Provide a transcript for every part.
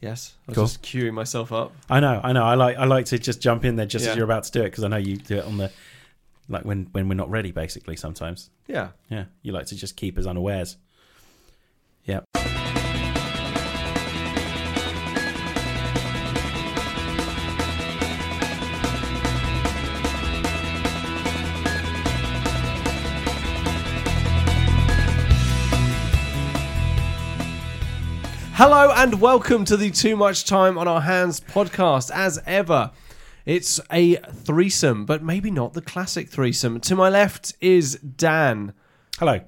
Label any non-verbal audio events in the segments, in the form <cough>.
Yes, I was Cool. just queuing myself up. I know, I know. I like I like to just jump in there just as Yeah. you're about to do it because I know you do it on the like when when we're not ready. Basically, sometimes Yeah. yeah, you like to just keep us unawares. Yeah. Hello and welcome to the Too Much Time on Our Hands podcast. As ever, it's a threesome, but maybe not the classic threesome. To my left is Dan. Hello.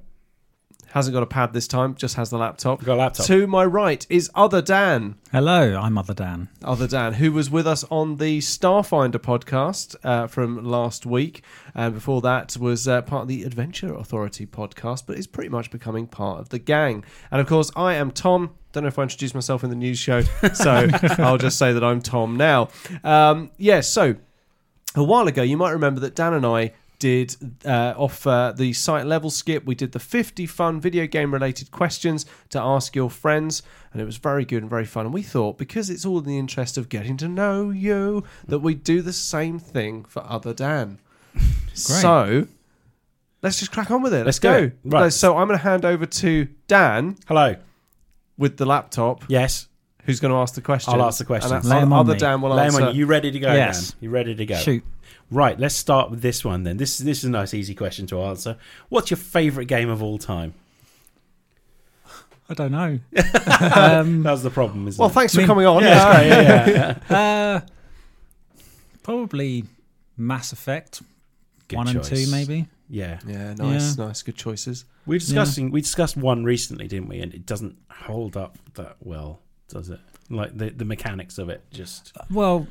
Hasn't got a pad this time, just has the laptop. Got a laptop. To my right is Other Dan. Hello, I'm Other Dan. Other Dan, who was with us on the Starfinder podcast uh, from last week, and before that was uh, part of the Adventure Authority podcast, but is pretty much becoming part of the gang. And of course, I am Tom. Don't know if I introduced myself in the news show, so I'll just say that I'm Tom now. Um, yeah, so a while ago, you might remember that Dan and I did uh, off uh, the site level skip. We did the 50 fun video game related questions to ask your friends, and it was very good and very fun. And we thought, because it's all in the interest of getting to know you, that we'd do the same thing for Other <laughs> Dan. So let's just crack on with it. Let's Let's, do go. it. Right. So I'm going to hand over to Dan Hello. with the laptop, Yes. who's going to ask the question. I'll ask the questions. And that's- Lay 'em on Other me. Dan will Lay 'em answer. on you. You ready to go? Yes. Dan? You ready to go? Shoot. Right. Let's start with this one then. This this is a nice easy question to answer. What's your favourite game of all time? I <laughs> don't know. um, That's the problem, isn't Well, it? thanks for Me- coming on. yeah, that's great, yeah, yeah, <laughs> yeah. uh, probably Mass Effect Good 1 and choice. 2, maybe. Yeah. Yeah, nice, nice, good choices. We discussing we discussed one recently, didn't we? And it doesn't hold up that well, does it? Like the the mechanics of it, just Well,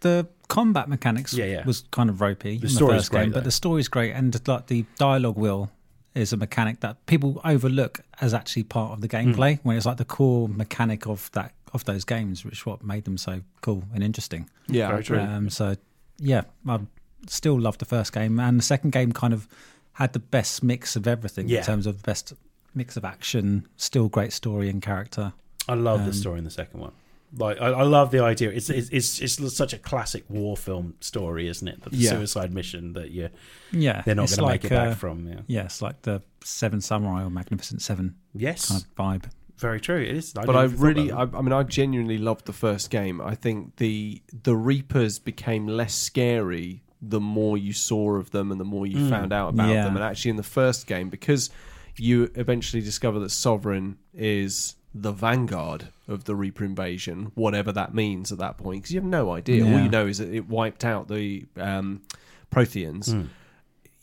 the combat mechanics Yeah, yeah. was kind of ropey in the story's first great, game, though. but the story's great, and like the dialogue wheel is a mechanic that people overlook as actually part of the Hmm. gameplay when it's like the core mechanic of that of those games, which what made them so cool and interesting. Yeah, Very true. Um, so yeah, I still love the first game, and the second game kind of had the best mix of everything Yeah. in terms of best mix of action, still great story and character. I love the story in the second one. Like I, I love the idea. It's, it's it's it's such a classic war film story, isn't it? That the Yeah. suicide mission that you Yeah, they're not it's going to like, make it back uh, from. Yeah. Yeah, it's like the Seven Samurai or Magnificent Seven Yes, kind of vibe. very true. It is. but I never thought really, I, about I mean, I genuinely loved the first game. I think the the Reapers became less scary the more you saw of them and the more you found out about Hmm. Yeah. them. And actually, in the first game, because you eventually discover that Sovereign is the vanguard of the Reaper invasion, whatever that means at that point, because you have no idea. All Yeah. you know is that it wiped out the um, Protheans. Hmm.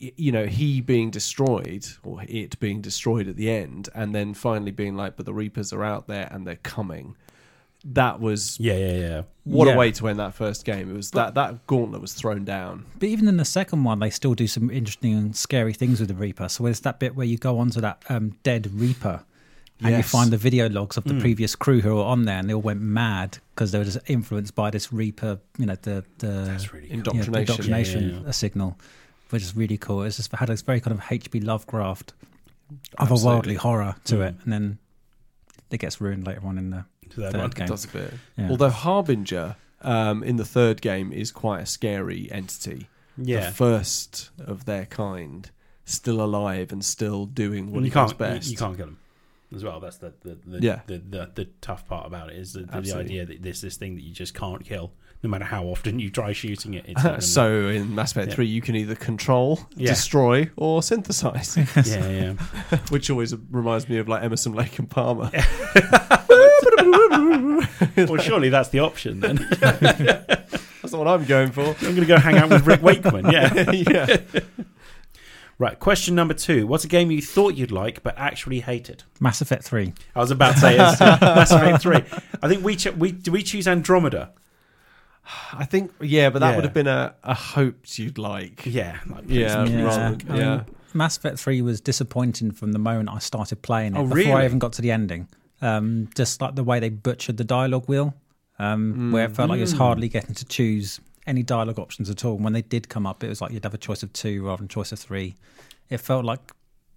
y- you know he being destroyed or it being destroyed at the end and then finally being like but the reapers are out there and they're coming that was that. yeah, yeah, yeah. what Yeah. a way to end that first game it was that that gauntlet was thrown down But even in the second one, they still do some interesting and scary things with the Reaper. So there's that bit where you go onto that um, dead Reaper and you Yes. find the video logs of the Mm. previous crew who were on there, and they all went mad because they were just influenced by this Reaper. You know, the the That's really cool. yeah, the indoctrination indoctrination Yeah, yeah, yeah. uh, signal, which is really cool. It's just had this very kind of H.P. Lovecraft, Absolutely. otherworldly horror to it, Mm. and then it gets ruined later on in the That third one. game. does a bit Yeah. although harbinger um, in the third game is quite a scary entity Yeah, the first of their kind still alive and still doing what you he can't does best You, you <laughs> can't kill them as well. That's the the the, Yeah. the, the, the tough part about it is the, the, Absolutely. idea that there's this thing that you just can't kill, no matter how often you try shooting it. It's <laughs> not gonna- so in Mass Effect Yeah. 3 you can either control Yeah. destroy or <laughs> synthesize yeah, yeah. Which always reminds me of like Emerson, Lake and Palmer. <laughs> well, surely that's the option then. <laughs> That's not what I'm going for. I'm going to go hang out with Rick Wakeman. <laughs> Yeah. yeah. Right. Question number two. What's a game you thought you'd like but actually hated? Mass Effect Three. I was about to say it's uh, <laughs> Mass Effect Three. I think we ch- we do we choose Andromeda. <sighs> I think yeah, but that Yeah. would have been a, a hoped you'd like. Yeah. like, Yeah, please, Yeah. rather than- I mean, yeah. Mass Effect 3 was disappointing from the moment I started playing it Oh, before really? I even got to the ending. Um, just like the way they butchered the dialogue wheel, um, where it felt like it Mm. was hardly getting to choose any dialogue options at all. And when they did come up, it was like you'd have a choice of two rather than a choice of three. It felt like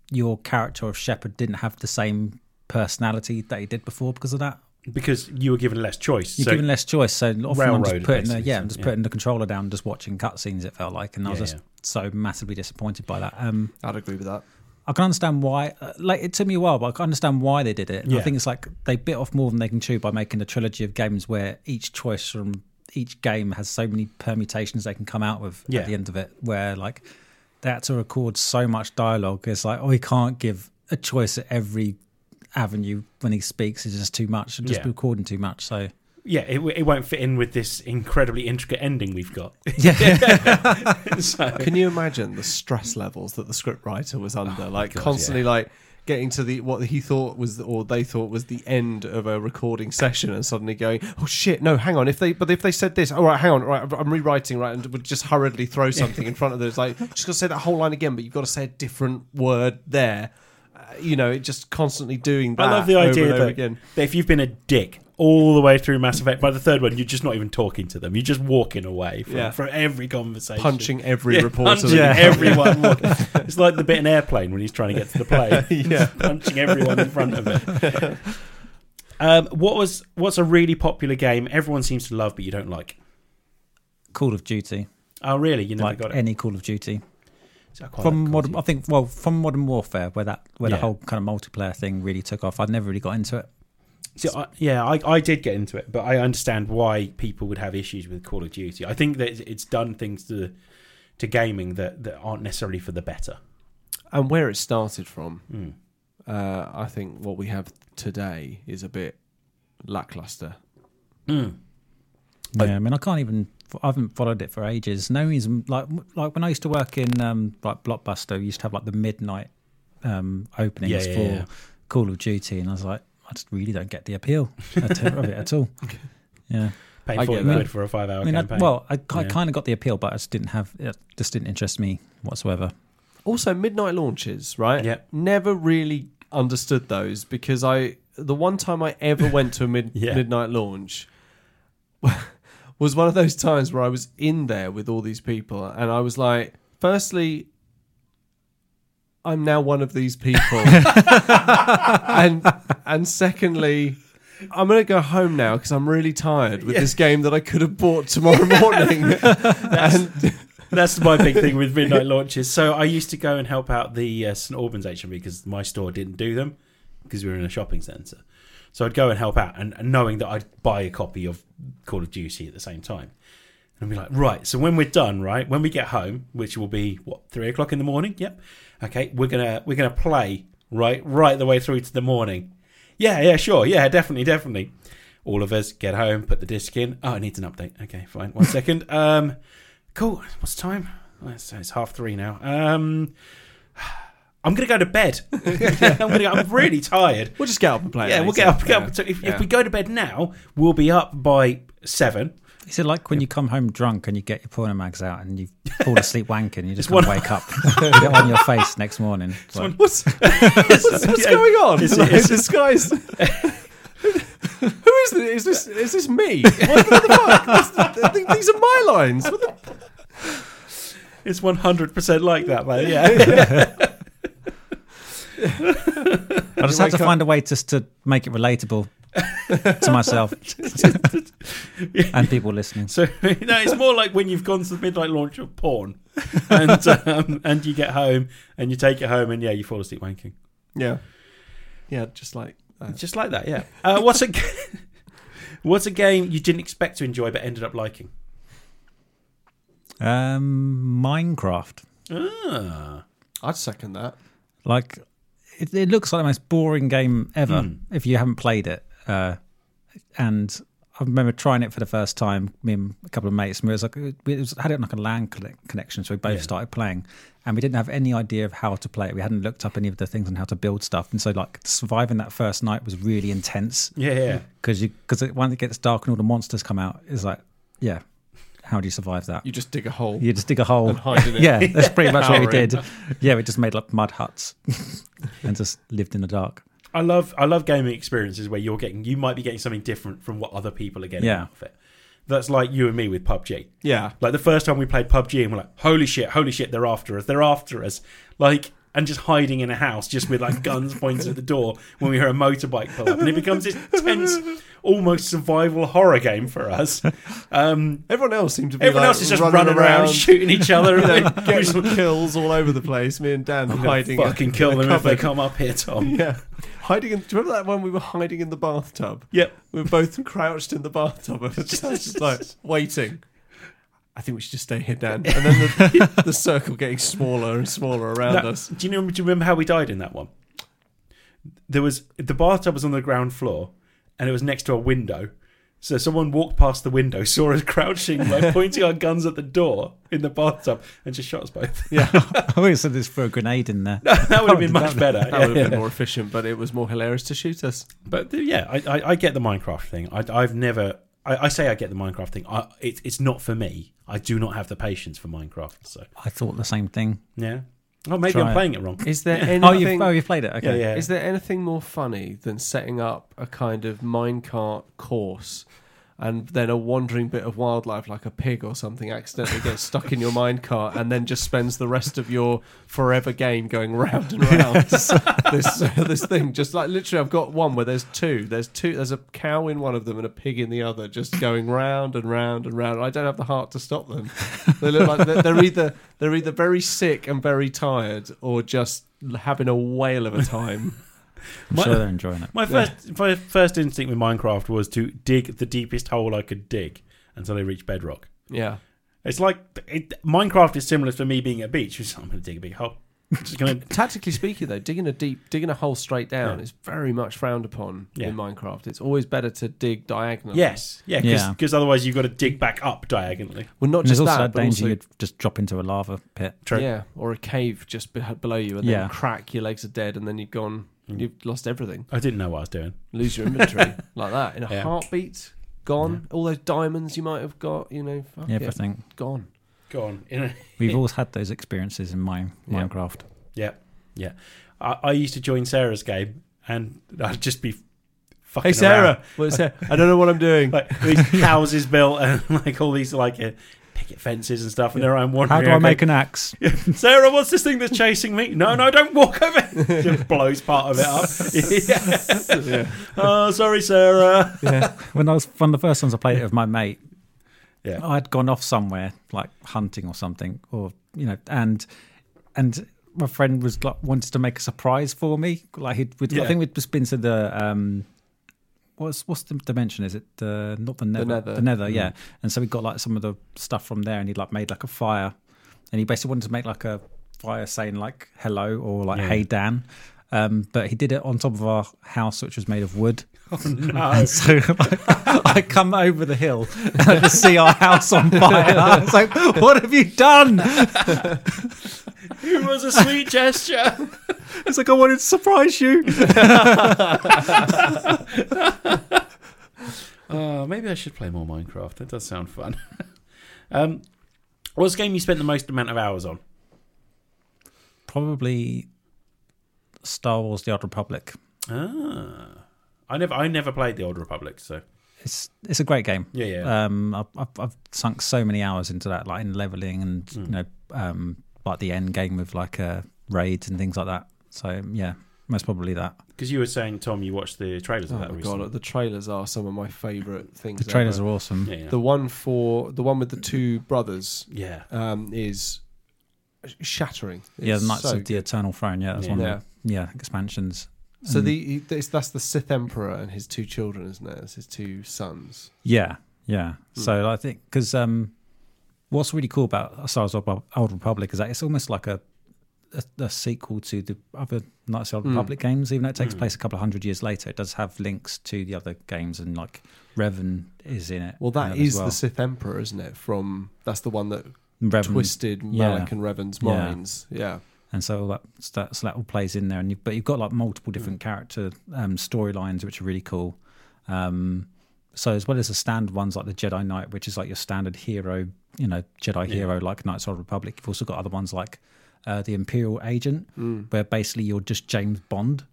your character of Shepard didn't have the same personality that he did before because of that. because you were given less choice. You're so given less choice, so often I'm Railroad, just putting the, basically, yeah, I'm just yeah. putting the controller down, and just watching cutscenes. It felt like, and I was Yeah, just yeah. so massively disappointed by that. Um, I'd agree with that. I can understand why. Uh, like it took me a while, but I can understand why they did it. Yeah. I think it's like they bit off more than they can chew by making a trilogy of games where each choice from each game has so many permutations they can come out with Yeah. at the end of it. Where like they had to record so much dialogue, it's like oh, we can't give a choice at every avenue when he speaks. It's just too much. It'd just Yeah. be recording too much. So yeah, it, w- it won't fit in with this incredibly intricate ending we've got. yeah. <laughs> <laughs> so, Can you imagine the stress levels that the scriptwriter was under? like Oh God, constantly, like getting to the what he thought was or they thought was the end of a recording session, and suddenly going, "Oh shit, no, hang on." If they but if they said this, all right, hang on, right, I'm- I'm rewriting, right, and would just hurriedly throw something in front of those, like just got to say that whole line again, but you've got to say a different word there. Uh, you know, it just constantly doing that. I love the Ah, over idea and over that, again. that if you've been a dick all the way through Mass Effect, by the third one, you're just not even talking to them. You're just walking away from, Yeah. from every conversation. <laughs> punching every Yeah, reporter. punching that- <laughs> everyone. walking. It's like the bit in airplane when he's trying to get to the plane. yeah. punching everyone in front of it. <laughs> Um, what was what's a really popular game everyone seems to love but you don't like? Call of Duty, Oh, really? You never like got it. any Call of Duty. So I quite like from Call of modern, Duty. I think, well, from Modern Warfare, where that where Yeah. the whole kind of multiplayer thing really took off. I'd never really got into it. See, I, yeah, I, I did get into it, but I understand why people would have issues with Call of Duty. I think that it's- it's done things to to gaming that, that aren't necessarily for the better. and where it started from. Mm. uh, I think what we have today is a bit lackluster. Mm. Yeah, I mean, I can't even. I haven't followed it for ages. No reason, like like when I used to work in um, like Blockbuster, we used to have like the midnight um, openings Yeah, yeah, for yeah. Call of Duty, and I was like, I just really don't get the appeal at- of it <laughs> at all. Yeah, I Paying get forty that. quid for a five hour I mean, I, campaign. well, I, Yeah. kind of got the appeal, but I just didn't have it. Just didn't interest me whatsoever. Also, midnight launches, right? Yep. Never really understood those because I the one time I ever went to a mid- <laughs> Yeah. midnight launch <laughs> was one of those times where I was in there with all these people and I was like, firstly, I'm now one of these <laughs> people. and and secondly, I'm going to go home now because I'm really tired with this game that I could have bought tomorrow <laughs> morning. and That's my big thing with midnight launches. So I used to go and help out the uh, St Albans HMV because my store didn't do them because we were in a shopping centre. So I'd go and help out, and, and knowing that I'd buy a copy of Call of Duty at the same time, and I'd be like, right. So when we're done, right, when we get home, which will be what three o'clock in the morning. Yep. Okay, we're gonna we're gonna play right right the way through to the morning. Yeah, yeah, sure, yeah, definitely, definitely. All of us get home, put the disc in. Oh, it needs an update. Okay, fine. <laughs> One second. Um, Cool. What's the time? Oh, It's, it's half three now. Um, I'm gonna go <laughs> to bed. I'm gonna. Go, I'm really tired. we'll just get up and play. it Yeah, we'll later. get up. Get Yeah. up. So if, Yeah. if we go to bed now, we'll be up by seven. Is it like when you come home drunk and you get your porno mags out <laughs> and you fall asleep wanking? You just It's want to wake <laughs> up get on your face next morning. It's like, <laughs> What's, what's, what's Yeah. going on? Is Is, it- is this guy's? <laughs> Who is this? Is this is this me? What, what the fuck? This- th- th- these are my lines. What the, It's 100 percent like that, man. Yeah. <laughs> I just had wake to up- find a way just to make it relatable <laughs> to myself and people listening. so <laughs> no, it's more like when you've gone to the midnight launch of porn, and um, and you get home and you take it home and yeah, you fall asleep wanking. yeah, yeah, just like that. Just like that. Yeah. Uh, what's a g- what's a game you didn't expect to enjoy but ended up liking? Um, Minecraft, Ah. I'd second that. like it, it looks like the most boring game ever Mm. Hmm. if you haven't played it. Uh, and I remember trying it for the first time. Me and a couple of mates, and we was like, it was, had it on like a LAN conne- connection, so we both Yeah. started playing, and we didn't have any idea of how to play it. We hadn't looked up any of the things on how to build stuff, and so like surviving that first night was really intense. Yeah, yeah. because you because once it gets dark and all the monsters come out, it's like, yeah, how do you survive that? You just dig a hole You just dig a hole. and hide in it. <laughs> Yeah, that's pretty much what we Power in. did. Yeah, we just made like mud huts <laughs> and just lived in the dark. <laughs> I love I love gaming experiences where you're getting you might be getting something different from what other people are getting Yeah. out of it. That's like you and me with PUBG. yeah. Like the first time we played PUBG and we're like, holy shit, holy shit, they're after us, they're after us. Like and just hiding in a house just with like guns pointed at the door when we hear a motorbike pull up and it becomes this tense almost survival horror game for us um Everyone else seemed to be everyone like, else is just running, around, <laughs> shooting each other you know, and we <laughs> just <laughs> getting kills all over the place. Me and Dan hiding. in- fucking kill in a them if they cupboard. come up here tom Yeah, hiding. In, do you remember that one we were hiding in the bathtub? yep We were both crouched in the bathtub. and just, I was just <laughs> like waiting. I think we should just stay here, <laughs> Dan. And then the, the circle getting smaller and smaller around That- us. Do you, know, do you remember how we died in that one? There was the bathtub was on the ground floor, and it was next to a window. So someone walked past the window, <laughs> saw us crouching, like pointing our guns at the door in the bathtub, and just shot us both. I always said this Oh, for a grenade in there. that would have been much better. That yeah. would have been more efficient, but it was more hilarious to shoot us. But th- yeah, I, I, I get the Minecraft thing. I, I've never. I, I say I get the Minecraft thing. I, it, it's not for me. I do not have the patience for Minecraft. So I thought the same thing. yeah. Oh, maybe Try I'm it. playing it wrong. Is there Oh, you've, anything? oh, you've played it? Yeah, Okay. yeah. Is there anything more funny than setting up a kind of minecart course and then a wandering bit of wildlife like a pig or something accidentally gets stuck in your minecart and then just spends the rest of your forever game going round and round this this thing just like literally I've got one where there's two there's two there's a cow in one of them and a pig in the other just going round and round and round I don't have the heart to stop them they look like they're, they're either they're either very sick and very tired or just having a whale of a time I'm My- sure they're enjoying it. My first my first instinct with Minecraft was to dig the deepest hole I could dig until I reached bedrock. Yeah. It's like it, Minecraft is similar to me being at a beach. <laughs> Just, I'm going to dig a big hole. Just <laughs> going to Tactically speaking, though, digging a deep, digging a hole straight down Yeah. is very much frowned upon Yeah. in Minecraft. It's always better to dig diagonally. yes, yeah, Yeah. because otherwise you've got to dig back up diagonally. Well, not And there's just also that, that but danger also, you'd just drop into a lava pit. True. yeah, or a cave just be- below you, and then Yeah. crack. Your legs are dead, and then you've gone. You've lost everything. I didn't know what I was doing. Lose your inventory like that in a Yeah. heartbeat. Gone. All those diamonds you might have got, you know, fuck it, Everything. gone. Go on. <laughs> In a- We've always had those experiences in my Yeah. Minecraft. yeah, yeah. I, I used to join Sarah's game, and I'd just be fucking. Hey around. Sarah, what's that? I don't know what I'm <laughs> <laughs> doing. like these houses built and like all these like uh, picket fences and stuff, and there I'm wandering. How do I around going, make an axe? Sarah, what's this thing that's chasing me? No, no, don't walk over. <laughs> Just blows part of it up. <laughs> Yeah. Yeah. Oh, sorry, Sarah. <laughs> when I was one of the first times I played it with my mate, Yeah. I'd gone off somewhere like hunting or something, or you know, and and my friend was like wanted to make a surprise for me. Like he'd, we'd, Yeah. I think we'd just been to the um, what's what's the dimension? Is it the not the nether? nether. yeah. Mm. And so we got like some of the stuff from there, and he'd like made like a fire, and he basically wanted to make like a fire saying like hello or like Yeah. hey Dan. Um, but he did it on top of our house, which was made of wood. No. So <laughs> I, I come over the hill <laughs> and I just see our house on fire. <laughs> I was like, "What have you done?" <laughs> It was a sweet gesture. It's like I wanted to surprise <laughs> you. Oh, maybe I should play more Minecraft. That does sound fun. <laughs> um, what's the game you spent the most amount of hours on? Probably Star Wars: The Old Republic. Ah. I never, I never played the Old Republic, so Uh, It's it's a great game. yeah, yeah, Um, I've, I've I've sunk so many hours into that, like in leveling and you know, um, like the end game with like uh, raids and things like that. So yeah, most probably that. because you were saying Tom, you watched the trailers Oh of my that recently. god, the trailers are some of my favourite things. The trailers ever. are awesome. Yeah, yeah. the one for the one with the two brothers yeah. um, is shattering. yeah, It's the Knights so of the Eternal Throne. Yeah, Mm. that's one. Yeah. Of the, yeah, expansions. So And- the this, that's the Sith Emperor and his two children, isn't it? It's his two sons. Yeah, yeah. Hmm. So I think because um, what's really cool about Star Wars: Old Old Republic is that it's almost like a a, a sequel to the other Knights of the Old Mm. Republic games, even though it takes Mm. place a couple of hundred years later. It does have links to the other games, and like Revan is in it. Well, that in it as is the Sith Emperor, isn't it? From that's the one that Revan, twisted yeah. Malak and Revan's Yeah. minds. Yeah, and so all that so that, so that all plays in there. And you, but you've got like multiple different Mm. character um, storylines, which are really cool. Um, so as well as the standard ones like the Jedi Knight, which is like your standard hero, you know, Jedi Yeah. hero like Knights of the Republic. You've also got other ones like uh, the Imperial Agent, Mm. where basically you're just James Bond,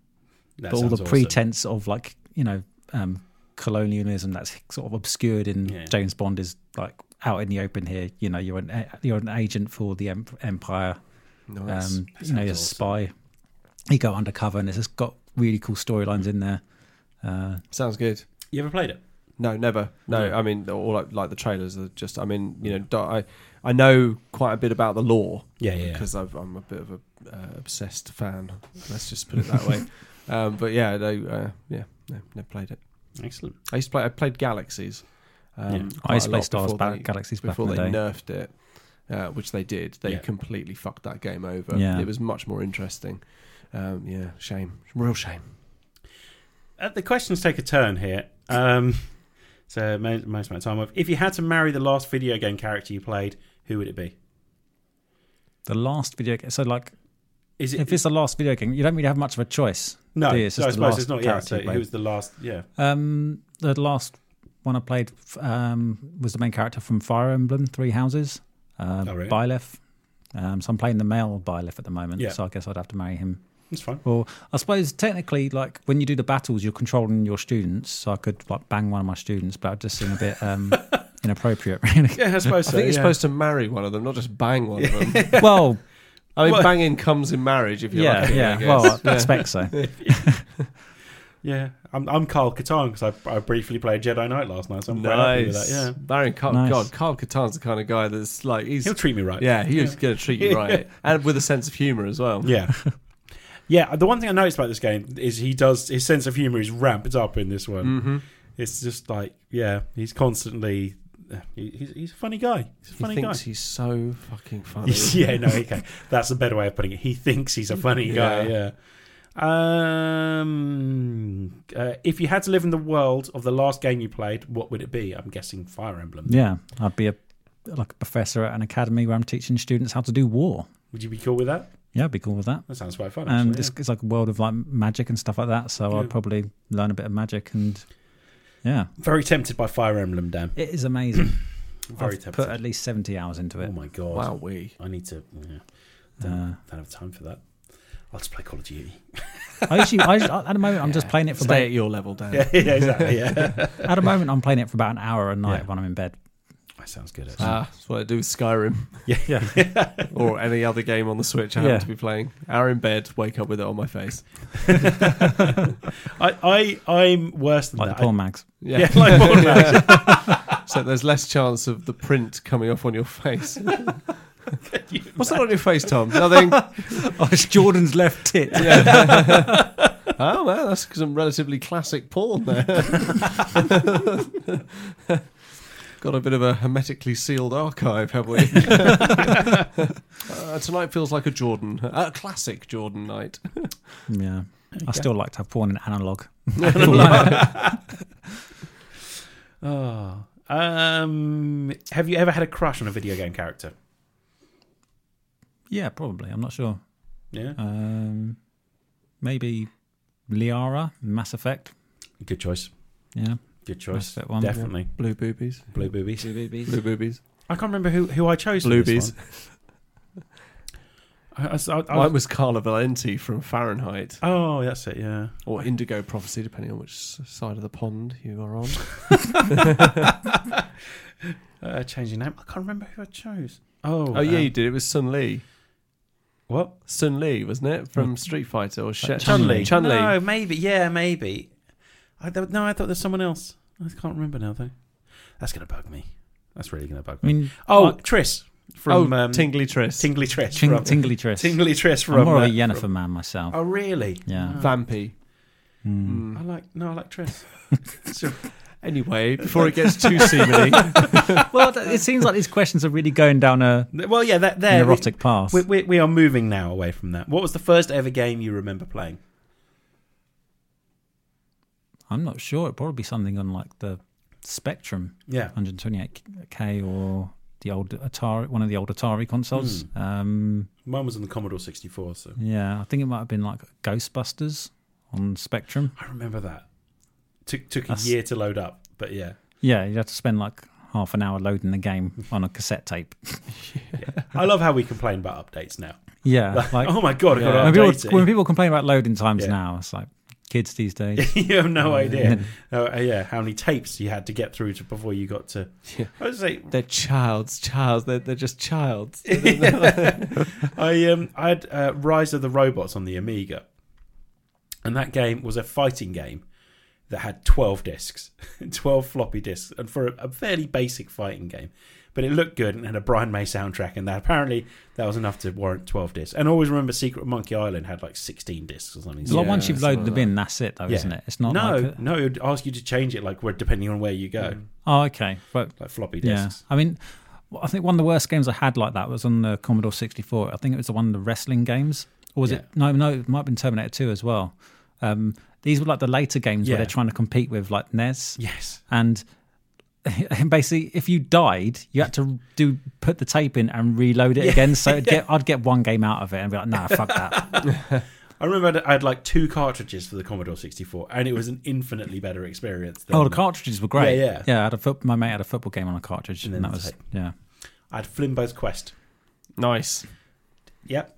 That but all the sounds awesome. pretense of like you know um, colonialism that's sort of obscured in Yeah. James Bond is like out in the open here. You know, you're an you're an agent for the em- Empire. Nice. um, you know, sounds your awesome. spy. You go undercover, and it's just got really cool storylines in there. Uh, Sounds good. You ever played it? No, never. No, No. I mean, all like, like the trailers are just. I mean, you know, di- I I know quite a bit about the law Yeah, because I've, I'm a bit of a uh, obsessed fan. Let's just put it that <laughs> way. um, but yeah, no, uh, yeah, no, never played it. Excellent. I used to play. I played Galaxies. um, Yeah. quite I a used to play lot Star Wars before they- back, Galaxies back in before the they day. nerfed it, uh, which they did. They Yeah. completely fucked that game over. Yeah. It was much more interesting. Um, yeah, shame, real shame. Uh, the questions take a turn here. Um, <laughs> so mo- most of my time off. If you had to marry the last video game character you played, who would it be? The last video, ga- so like Is it if it's the last video game, you don't really have much of a choice. no? do you? It's no, I just the suppose last it's not. Yeah. character So you played. who was the last? Yeah. Um, the last one I played f- um, was the main character from Fire Emblem Three Houses, uh, Oh, really? Byleth. Um, so I'm playing the male Byleth at the moment, Yeah. so I guess I'd have to marry him. That's fine. Or I suppose technically, like when you do the battles, you're controlling your students, so I could like bang one of my students, but I'd just seem a bit <laughs> um, inappropriate, really. Yeah, I suppose so. I think you're yeah. supposed to marry one of them, not just bang one of <laughs> them. Well, I mean, Well- banging comes in marriage if you're yeah, lucky. I yeah. guess. Well, <laughs> I expect so. Yeah, I'm I'm Carl Catan because I, I briefly played Jedi Knight last night, so I'm quite happy with nice. that. Yeah, Baron Carl, Nice. God, Carl Katan's the kind of guy that's like he's he'll treat me right. yeah, he's going to treat you right <laughs> and with a sense of humor as well. <laughs> yeah, yeah. The one thing I noticed about this game is he does his sense of humor is ramped up in this one. Mm-hmm. It's just like yeah, he's constantly he, he's he's a funny guy. He's a He funny guy. thinks he's so <laughs> fucking funny. <laughs> yeah, no, okay. That's a better way of putting it. He thinks he's a funny guy. Yeah. Um, uh, if you had to live in the world of the last game you played, what would it be? I'm guessing Fire Emblem. Yeah, I'd be a like a professor at an academy where I'm teaching students how to do war. Would you be cool with that? Yeah, I'd be cool with that. That sounds quite fun. Um, actually, it's, yeah. it's like a world of like magic and stuff like that. So Yeah. I'd probably learn a bit of magic and yeah, Very tempted by Fire Emblem, Dan. it <coughs> is amazing. Very I've tempted. put at least seventy hours into oh it. my god! Wow, we. I need to. Yeah, Oh don't, Uh, don't have time for that. I'll just play Call of Duty. I <laughs> usually, I usually, at the moment, I'm just Yeah. playing it for Stay about, at your level, Dan. <laughs> yeah, yeah, exactly. Yeah, at the moment, I'm playing it for about an hour a night Yeah. when I'm in bed. that sounds good. Actually. Ah, that's what I do with Skyrim <laughs> yeah, yeah. or any other game on the Switch I Yeah. happen to be playing. Hour in bed, wake up with it on my face. <laughs> I, I, I'm worse than Like the that. poor <laughs> mags. I, <laughs> yeah, like Paul Mac. so there's less chance of the print coming off on your face. <laughs> What's that on your face, Tom? Nothing. Oh, it's Jordan's left <laughs> tit. Yeah. oh well, that's some relatively classic porn there. Got a bit of a hermetically sealed archive, have we? uh, tonight feels like a Jordan, a classic Jordan night. Yeah, I still like to have porn in analog. Oh. Um, have you ever had a crush on a video game character? Yeah, probably. I'm not sure. Yeah, Um, maybe Liara, Mass Effect. good choice. Yeah, Good Mass choice. Effect one. Definitely Blue boobies, blue boobies. blue boobies, I can't remember who, who I chose. for blue this bees. one. I- I- I- I- Oh. Mine was Carla Valenti from Fahrenheit, oh, that's <laughs> it. Yeah. or Indigo Prophecy, depending on which s- side of the pond you are on. Uh, changing name. I can't remember who I chose. Oh, Oh yeah, um, you did. It was Sun Lee. what? Sun Lee, wasn't it, from Street Fighter or She- Chun-Li. Chun Li. No, maybe. Yeah, maybe. I thought, no, I thought there's someone else. I can't remember now though. That's gonna bug me. That's really gonna bug I me. mean, Oh, like, Tris from oh, um, Tingly Tris. Tingly Tris. Ting- from, Tingly Triss. Tingly Tris from. I'm more of uh, a Yennefer from- man myself. Oh really? Yeah. Oh. Vampy. Mm. I like no, I like Tris. So- Anyway, before it gets too seamy, Mm. well, th- it seems like these questions are really going down a well, yeah, that <laughs> an there. we- erotic path. We, we, we are moving now away from that. What was the first ever game you remember playing? I'm not sure. It'd probably be something on like the Spectrum Yeah, 128K or the old Atari, one of the old Atari consoles. Hmm. Um, mine was on the Commodore 64. So yeah, I think it might have been like Ghostbusters on Spectrum. I remember that. Took took a That's- year to load up, but yeah. Yeah, you'd have to spend like half an hour loading the game on a cassette tape. I love how we complain about updates now. <laughs> Yeah, <laughs> Like, <laughs> like oh my god, I Yeah. got to when, people, update it. <laughs> when people complain about loading times Yeah. now, it's like kids these days. you have Oh, no idea. Uh, yeah, how many tapes you had to get through to before you got to? Yeah. I would say They're childs, childs. They're, they're just childs. I um I had uh, Rise of the Robots on the Amiga, and that game was a fighting game that had twelve discs, <laughs> twelve floppy discs, and for a, a fairly basic fighting game, but it looked good and had a Brian May soundtrack, and that apparently that was enough to warrant twelve discs. And I always remember Secret Monkey Island had like sixteen discs or something. Yeah, like once you've something loaded like them in, that's it, though, Yeah. isn't it? It's not no, like a- no, it would ask you to change it like where depending on where you go, oh, okay, but like floppy yeah, discs. I mean, well, I think one of the worst games I had like that was on the Commodore 64. I think it was the one of the wrestling games, or was Yeah. it? No, no, it might have been Terminator 2 as well. Um, these were like the later games Yeah. where they're trying to compete with like E NES. Yes. and <laughs> basically if you died you had to do put the tape in and reload it again so <laughs> it'd get, i'd get one game out of it and be like nah fuck that I remember I had, I had like two cartridges for the Commodore 64, and it was an infinitely better experience. Than oh the cartridges were great Yeah, yeah. i had a foot, my mate had a football game on a cartridge And and, then that the was tape. yeah I had Flimbo's Quest. nice. Yep.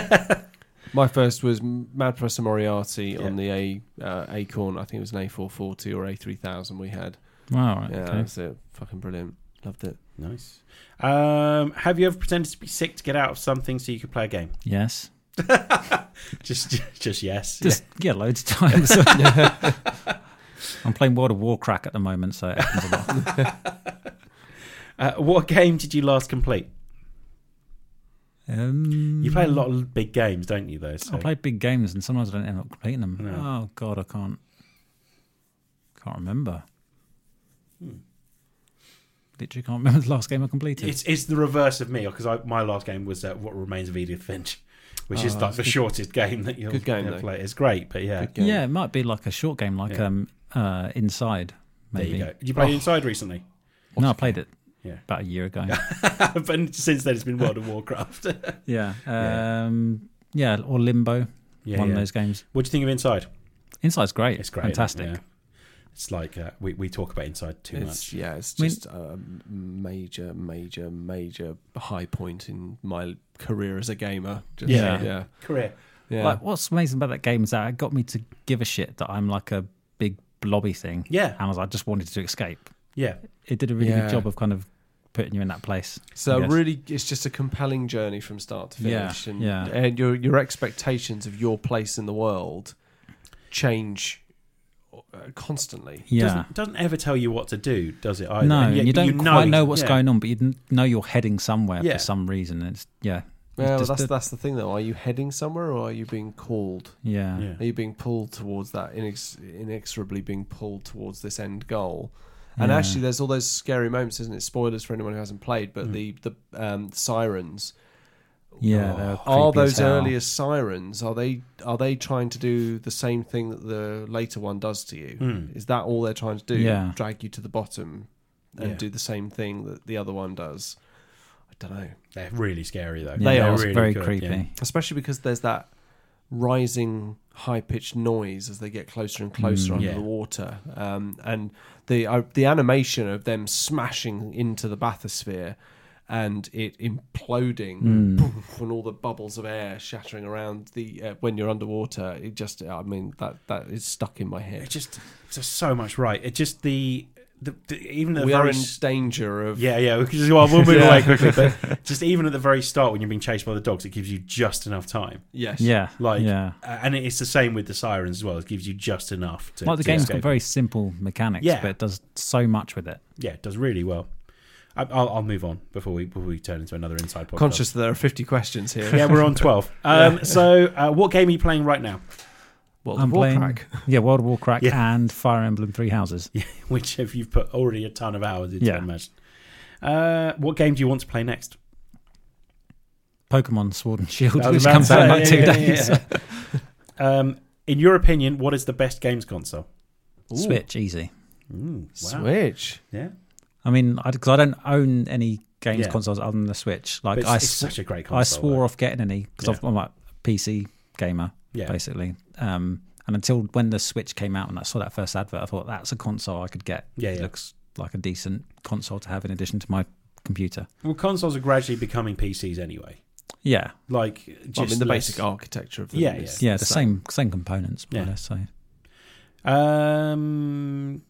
<laughs> My first was Mad Professor Moriarty on the Yeah. A uh, Acorn. I think it was an A440 or A3000 we had. wow right, yeah, okay. that's it. Fucking brilliant. Loved it. Nice. Um, have you ever pretended to be sick to get out of something so you could play a game? <laughs> yes Just, just yes. just yeah. loads of <laughs> times <laughs> i'm playing world of warcraft at the moment so it happens a lot Yeah. Uh, what game did you last complete? um, You play a lot of big games, don't you? Though. So. i play big games and sometimes i don't end up completing them No. oh god i can't can't remember Hmm. literally can't <laughs> remember the last game i completed It's it's the reverse of me because I, my last game was uh, What Remains of Edith Finch, which is Oh, like that's the good. shortest game that you'll Good game, you'll though. play. It's great, but yeah. Good game. Yeah, it might be like a short game, like Yeah. um, uh, Inside. There Maybe. Oh, you go. You played Inside <laughs> recently, No, I played it Yeah. about a year ago. <laughs> but since then it's been World of Warcraft. <laughs> yeah. <laughs> Yeah. Um, yeah, or Limbo, yeah, one yeah. of those games. What do you think of Inside? Inside's great. It's great. Fantastic. yeah. It's like uh, we we talk about Inside too much. it's, Yeah, it's I mean- just a major, major, major high point in my career as a gamer. Just, Yeah. yeah, career. yeah. Like, what's amazing about that game is that it got me to give a shit that I'm like a big blobby thing. Yeah, And I was like, I just wanted to escape. yeah, It did a really Yeah. good job of kind of putting you in that place. so Yes. really, it's just a compelling journey from start to Yeah, finish, and yeah. and your your expectations of your place in the world change uh, constantly. Yeah. Doesn't, doesn't ever tell you what to do, does it? Either. no, And yet and you don't quite know what's yeah. going on, but you n- know you're heading somewhere Yeah. for some reason. It's yeah, Yeah, well, just that's a- that's the thing though. Are you heading somewhere, or are you being called? yeah, Yeah. Are you being pulled towards that inex- inexorably being pulled towards this end goal? And Yeah. actually, there's all those scary moments, isn't it? Spoilers for anyone who hasn't played, Mm. but the the um, sirens. yeah. they're are uh, creepy as Oh, those hell. earlier sirens? Are they are they trying to do the same thing that the later one does to you? Mm. Is that all they're trying to do? Hmm. Yeah. Drag you to the bottom and Yeah. do the same thing that the other one does? I don't know. They're really scary though. Yeah, They that are was very good, creepy. yeah. especially because there's that rising high pitched noise as they get closer and closer Mm. under Yeah. the water um, and the uh, the animation of them smashing into the bathysphere and it imploding poof, and all the bubbles of air shattering around the uh, when you're underwater it just i mean that that is stuck in my It head just there's so much right. It just the the, the even the we are very in s- danger of yeah yeah. Because well, we'll <laughs> move Yeah. away quickly, but just even at the very start when you're being chased by the dogs, it gives you just enough time. yes Yeah, Like- yeah. Uh, and it's the same with the sirens as well. It gives you just enough to Like the to game's escape. got very simple mechanics, Yeah. but it does so much with it. yeah, it does really well. I, I'll, I'll move on before we before we turn into another inside podcast. conscious that there are 50 questions here Yeah, we're on <laughs> twelve. Um, So, uh, what game are you playing right now? <laughs> <laughs> well I'm the war playing, crack. yeah, World of Warcraft Yeah. and Fire Emblem Three Houses. which if you've put already a ton of hours into, Yeah. I imagine. Uh, what game do you want to play next? Pokemon Sword and Shield, I was which about comes to out in say, like two yeah, yeah, days. yeah, yeah. <laughs> um, in your opinion, what is the best games console? Ooh, Switch, easy. Mm, switch Yeah. I mean, because I, don't own any games Yeah. consoles other than the Switch. But Like it's, I, it's sw- such a great console. I swore off getting any because Yeah. I'm like a PC gamer though. Yeah. basically. Um, and until when the Switch came out and I saw that first advert, I thought that's a console I could get. Yeah, It yeah. looks like a decent console to have in addition to my computer. Well, consoles are gradually becoming PCs anyway. Yeah, Like, just Well, I mean the less- basic architecture of them Yeah, is yeah, the same same components, more Yeah. or less. So Um,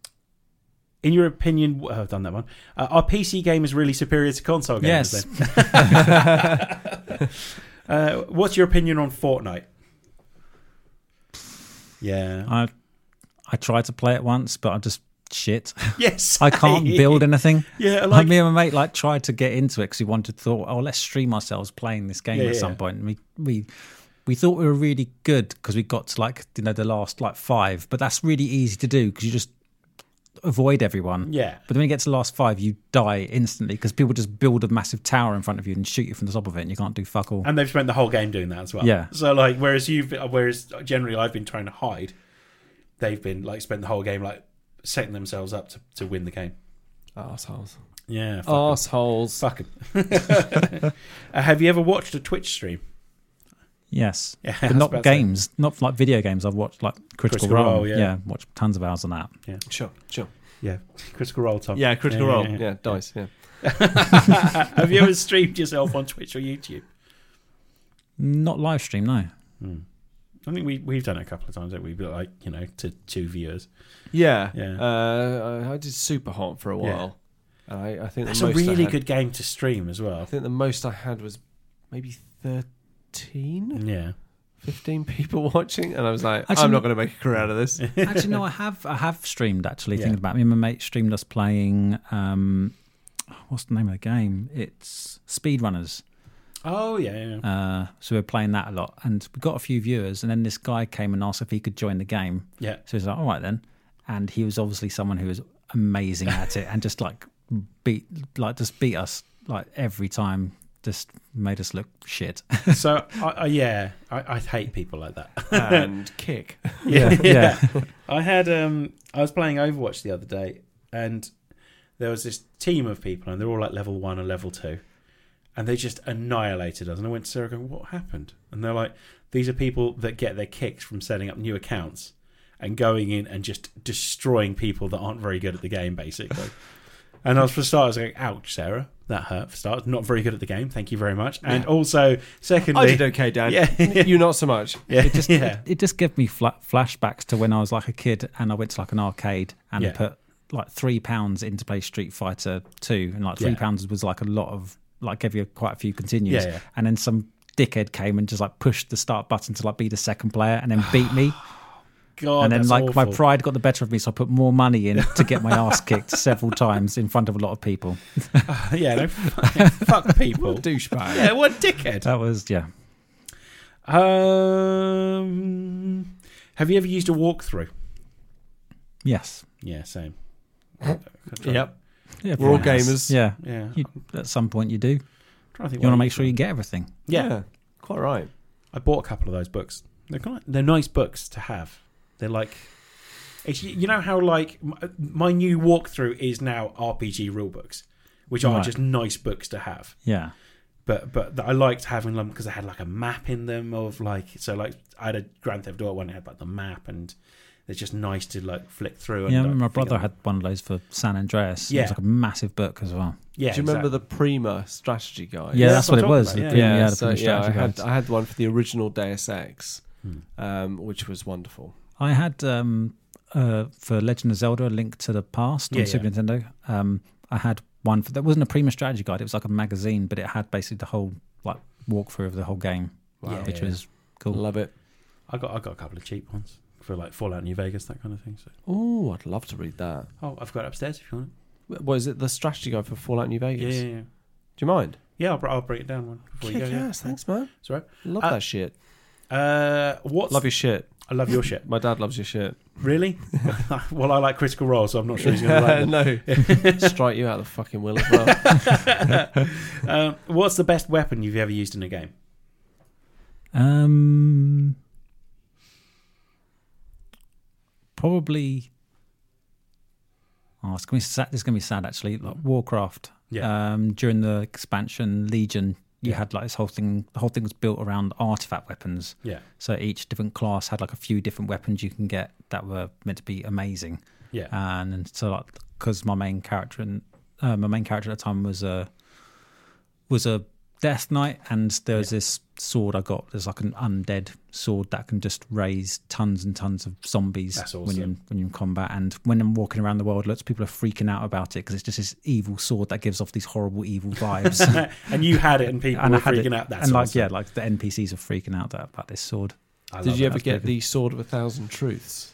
in your opinion, oh, I've done that one. Uh, are PC gamers really superior to console gamers? Yes. Then? <laughs> Uh, what's your opinion on <laughs> Fortnite? Yeah. I I tried to play it once, but I'm just shit. <laughs> yes. I can't build anything. <laughs> Yeah, Like like me and my mate like tried to get into it because we wanted thought, oh, let's stream ourselves playing this game Yeah, at yeah, some yeah. point. And we we we thought we were really good because we got to like you know the last like five, but that's really easy to do because you just avoid everyone. yeah. But when you get to the last five, you die instantly because people just build a massive tower in front of you and shoot you from the top of it, and you can't do fuck all. And they've spent the whole game doing that as well. Yeah. So like, whereas you've, whereas generally I've been trying to hide, they've been like spent the whole game like setting themselves up to, to win the game. Arseholes. Yeah. Fuck 'em. Arseholes. Fuck 'em. <laughs> uh, have you ever watched a Twitch stream? <laughs> Yes, Yeah. I but was about not to say. games, not like video games. I've watched like Critical, Critical Role. Role, yeah. yeah, watched tons of hours on that. Sure, sure. Yeah. Critical Role time. Yeah, critical Yeah, role. yeah, Oh. Yeah, yeah. dice. Yeah. have you ever streamed yourself on Twitch or YouTube? Not live stream, no. Hmm. I think we we've done it a couple of times. That we've like you know to two viewers. Yeah. Yeah. Uh, I, I did super hot for a Yeah. while. And I, I think That's the a most I really had- good game to stream as well. I think the most I had was maybe 13, Yeah. 15 people <laughs> watching, and I was like, Actually- I'm not going to make a career out of this. <laughs> actually, no, I have I have streamed actually. Yeah. Thinking about it. me, and my mate streamed us playing. Um, what's the name of the game? It's Speedrunners. Oh yeah. yeah. Uh, so we were playing that a lot, and we got a few viewers. And then this guy came and asked if he could join the game. Yeah. So he's like, "All right then," and he was obviously someone who was amazing at it, and just like beat, like just beat us like every time. Just made us look shit. <laughs> so I, I, yeah, I, I hate people like that. <laughs> and <laughs> kick. <laughs> Yeah, I had um, I was playing Overwatch the other day, and there was this team of people, and they're all like level one and level two, and they just annihilated us. And I went to Sarah, going, "What happened?" And they're like, "These are people that get their kicks from setting up new accounts." And going in and just destroying people that aren't very good at the game, <laughs> basically. And I was for starters going, "Ouch, Sarah, that hurt." For starters, not very good at the game. Thank you very much. And also, secondly, I did okay, Dan. Yeah. <laughs> you not so much. <laughs> yeah, just yeah. it, it just gave me fla- flashbacks to when I was like a kid and I went to like an arcade and Yeah. put like three pounds into play Street Fighter Two, and like three Yeah. pounds was like a lot of like gave you quite a few continues, Yeah, yeah. and then some dickhead came and just like pushed the start button to like be the second player and then <sighs> beat me God, and then Oh, that's like my awful. pride got the better of me so i put more money in to get my <laughs> ass kicked several times in front of a lot of people yeah, <laughs> no, fucking fuck people. Douchebag. yeah, what a dickhead. that was yeah Um, have you ever used a walkthrough? yes Yeah, same. Yep. yeah, We're all everyone has. gamers. yeah Yeah. you, at some point you do you trying to think want what to I- make sure you get everything Yeah. Quite right. I bought a couple of those books. They're quite, they're nice books to have. They're like, it's, you know how like m- uh, my new walkthrough is now RPG rulebooks, which are Right. just nice books to have. yeah but but I liked having them because I had like a map in them of like so like I had a Grand Theft Auto one that had like the map and it's just nice to like flick through. And, Yeah, I like, remember my think brother of- had one of those for San Andreas. Yeah. It was like a massive book as well. Yeah, Do you remember exactly. the Prima strategy guide? Yeah, Yeah, that's, that's what it what I'm was. talking the about, Prima- yeah. Yeah, the so, Prima yeah, I Strategy had Guide. I had one for the original Deus Ex, Hmm. um, which was wonderful. I had um, uh, for Legend of Zelda: A Link to the Past on Yeah, Super yeah. Nintendo. Um, I had one for that wasn't a Prima Strategy Guide. It was like a magazine, but it had basically the whole like walkthrough of the whole game, Wow. Yeah. which was cool. Love it. I got I got a couple of cheap ones for like Fallout New Vegas that kind of thing. So Oh, I'd love to read that. oh, I've got it upstairs if you want. What is it? The strategy guide for Fallout New It. Yeah, Vegas. yeah, yeah. Do you mind? Yeah, I'll, br- I'll break it down one before you go. Kick Yeah, ass, thanks, man. It's all right. Love Uh, that shit. Uh, what's Love your shit. I love your shit. My dad loves your shit. <laughs> Really? <laughs> well, I like Critical Role, so I'm not sure he's going <laughs> to like. That. no, <laughs> strike you out of the fucking will as well. <laughs> Um, what's the best weapon you've ever used in a game? Um, probably. Oh, it's gonna be sad. It's gonna be sad actually. Like Warcraft. Um, during the expansion Legion, you Yeah. had like this whole thing. The whole thing was built around artifact weapons. yeah, So each different class had like a few different weapons you can get that were meant to be amazing. yeah. And, and so like because my main character and uh, my main character at the time was a was a Death Knight, and there's this sword I got. There's like an undead sword that can just raise tons and tons of zombies That's when you're awesome. in, when you're in combat. And when I'm walking around the world, lots of people are freaking out about it because it's just this evil sword that gives off these horrible <laughs> evil vibes. and you had it, and people and were I had freaking it, out. That's and like awesome. yeah, like the NPCs are freaking out that, about this sword. I love Did you it. ever that's get pretty the Sword of a Thousand Truths?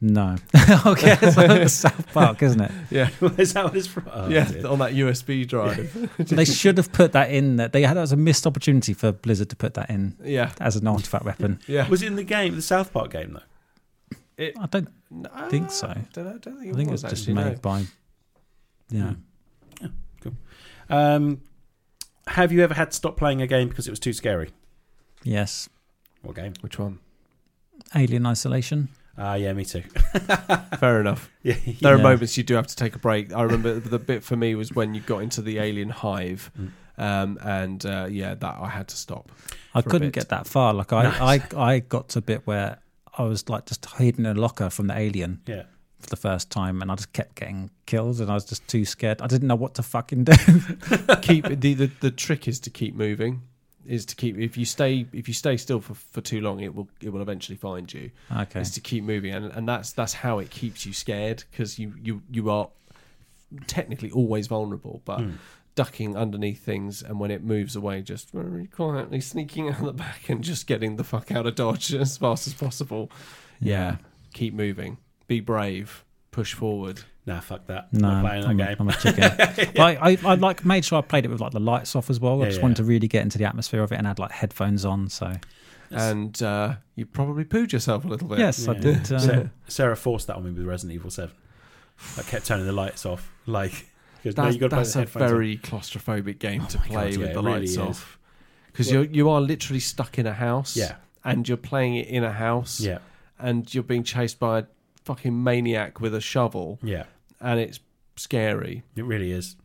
No, <laughs> <laughs> okay, so South Park, isn't it? <laughs> Yeah, Is that what it's from? Oh, yeah, <laughs> dear. on that USB drive. They should have put that in. That they had that was a missed opportunity for Blizzard to put that in <laughs> Yeah, as an artifact weapon. yeah. Was it in the game, the South Park game though? I don't I think so. Don't, uh, I don't think I it think it was was just actually, made no. Hmm. by. Yeah. Um, have you ever had to stop playing a game because it was too scary? Yes. What game? Which one? Alien Isolation. Ah, yeah, me too. Fair enough. <laughs> yeah, There are Yeah. moments you do have to take a break. I remember the bit for me was when you got into the alien hive, Mm. um, and uh, yeah, that I had to stop. I For a couldn't bit. get that far. Like I, Nice. I, I got to a bit where I was like just hidden in a locker from the alien yeah. for the first time, and I just kept getting killed, and I was just too scared. I didn't know what <laughs> to fucking do. keep the, the the trick is to keep moving. Is to keep if you stay if you stay still for, for too long, it will it will eventually find you. okay. Is to keep moving, and, and that's that's how it keeps you scared because you you you are technically always vulnerable, but. Hmm. Ducking underneath things, and when it moves away, just very quietly sneaking <laughs> out the back and just getting the fuck out of dodge <laughs> as fast as possible. Yeah. Keep moving. Be brave. Push forward. Nah, fuck that. No, Not playing that I'm, game. I'm a chicken. <laughs> Like I, I like made sure I played it with like the lights off as well. I Yeah, just yeah. wanted to really get into the atmosphere of it and had like headphones on. So And uh, you probably pooed yourself a little bit. yes, I Yeah. did. Um, Sarah, Sarah forced that on me with Resident Evil Seven. I kept turning the lights off. Like, because no, That's, you got to play that's the a headphones. very claustrophobic game to Oh my play God, with yeah, the it really lights is. off because you you are literally stuck in a house. on. Yeah, and you're playing it in a house. yeah, and you're being chased by a fucking maniac with a shovel, yeah. and it's scary. It really is.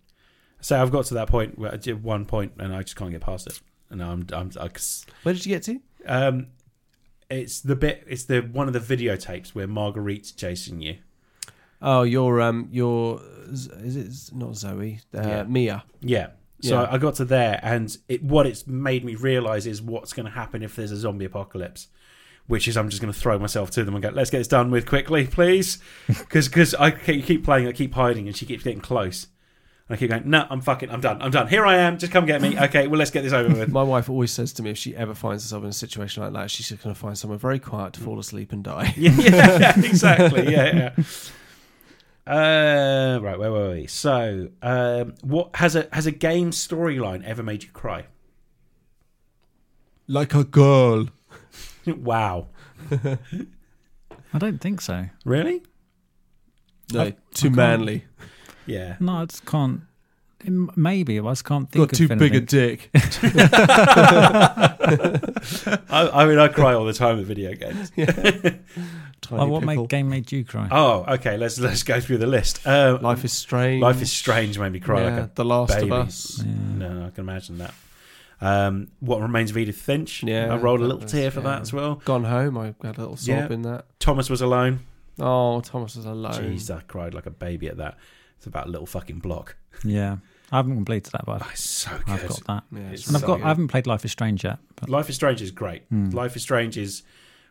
So I've got to that point where I did one point and I just can't get past it. And I'm, I'm, I, Where did you get to? um, it's the bit. It's the one of the videotapes where Marguerite's chasing you. Oh, your um, your is it Z- not Zoe? Uh, Yeah. Mia. Yeah. So Yeah. I got to there, and it, what it's made me realize is what's going to happen if there's a zombie apocalypse, which is I'm just going to throw myself to them and go, "Let's get this done with quickly, please," because I keep keep playing, I keep hiding, and she keeps getting close, and I keep going, "No, I'm fucking, I'm done, I'm done. Here I am, just come get me. Okay, well, let's get this over with." My wife always says to me if she ever finds herself in a situation like that, she's just going to find someone very quiet to fall asleep and die. <laughs> <laughs> yeah, yeah, yeah, exactly. Yeah, yeah. Uh, right, where were we? So, um, what has a has a game storyline ever made you cry? <laughs> Like a girl. wow, I don't think so. really? No, I- too I can't- manly. Yeah. <laughs> No, I just can't. m- Maybe I just can't think Got of too big a anything. dick. I, I mean, I cry all the time at video games. Tiny Like, Oh, what pickle. made, game made you cry? Oh, okay. Let's let's go through the list. Um, Life is strange. Life is strange made me cry Yeah, like The Last baby. of Us. Yeah. a. No, I can imagine that. Um, what remains of Edith Finch? Yeah, I rolled a that little was- tear for yeah. that as well. Gone Home. I had a little sob Yeah. in that. Thomas was alone. Oh, Thomas was alone. Jeez, I cried like a baby at that. It's about a little fucking block. Yeah, I haven't completed that, but Oh, it's so I've, I've good. got that. Yeah, It's And I've so got. good. I haven't played Life is Strange yet. But Life is Strange is great. Hmm. Life is Strange is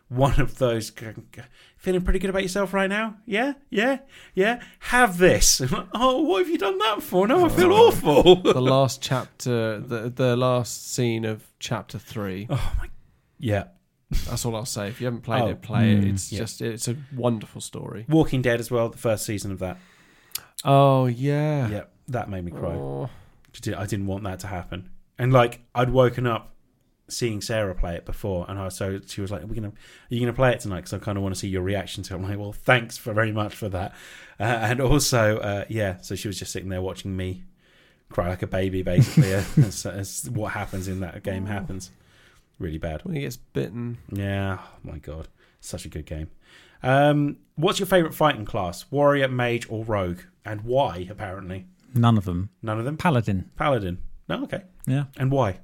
one of those g- g- feeling pretty good about yourself right now. Yeah, yeah, yeah. Have this. <laughs> oh, what have you done that for? No, I feel Oh. awful. the last chapter, the the last scene of chapter three. Oh my. <laughs> Yeah. That's all I'll say. If you haven't played Oh. it, play it. Mm. It's Yeah. just it's a wonderful story. Walking Dead as well, the first season of that. Oh yeah. Yeah, that made me cry. Oh, I didn't- I didn't want that to happen. And like I'd woken up seeing Sarah play it before, and I was so she was like, "Are we gonna, are you gonna play it tonight?" Because I kind of want to see your reaction to it. I'm like, "Well, thanks for very much for that." Uh, and also, uh, yeah, so she was just sitting there watching me cry like a baby, basically. <laughs> uh, as, as what happens in that game happens, really bad. when he gets bitten, Yeah, oh my god, such a good game. Um, what's your favorite fighting class? Warrior, mage, or rogue? And why? Apparently, none of them. none of them. Paladin. Paladin. No, okay. Yeah, And why?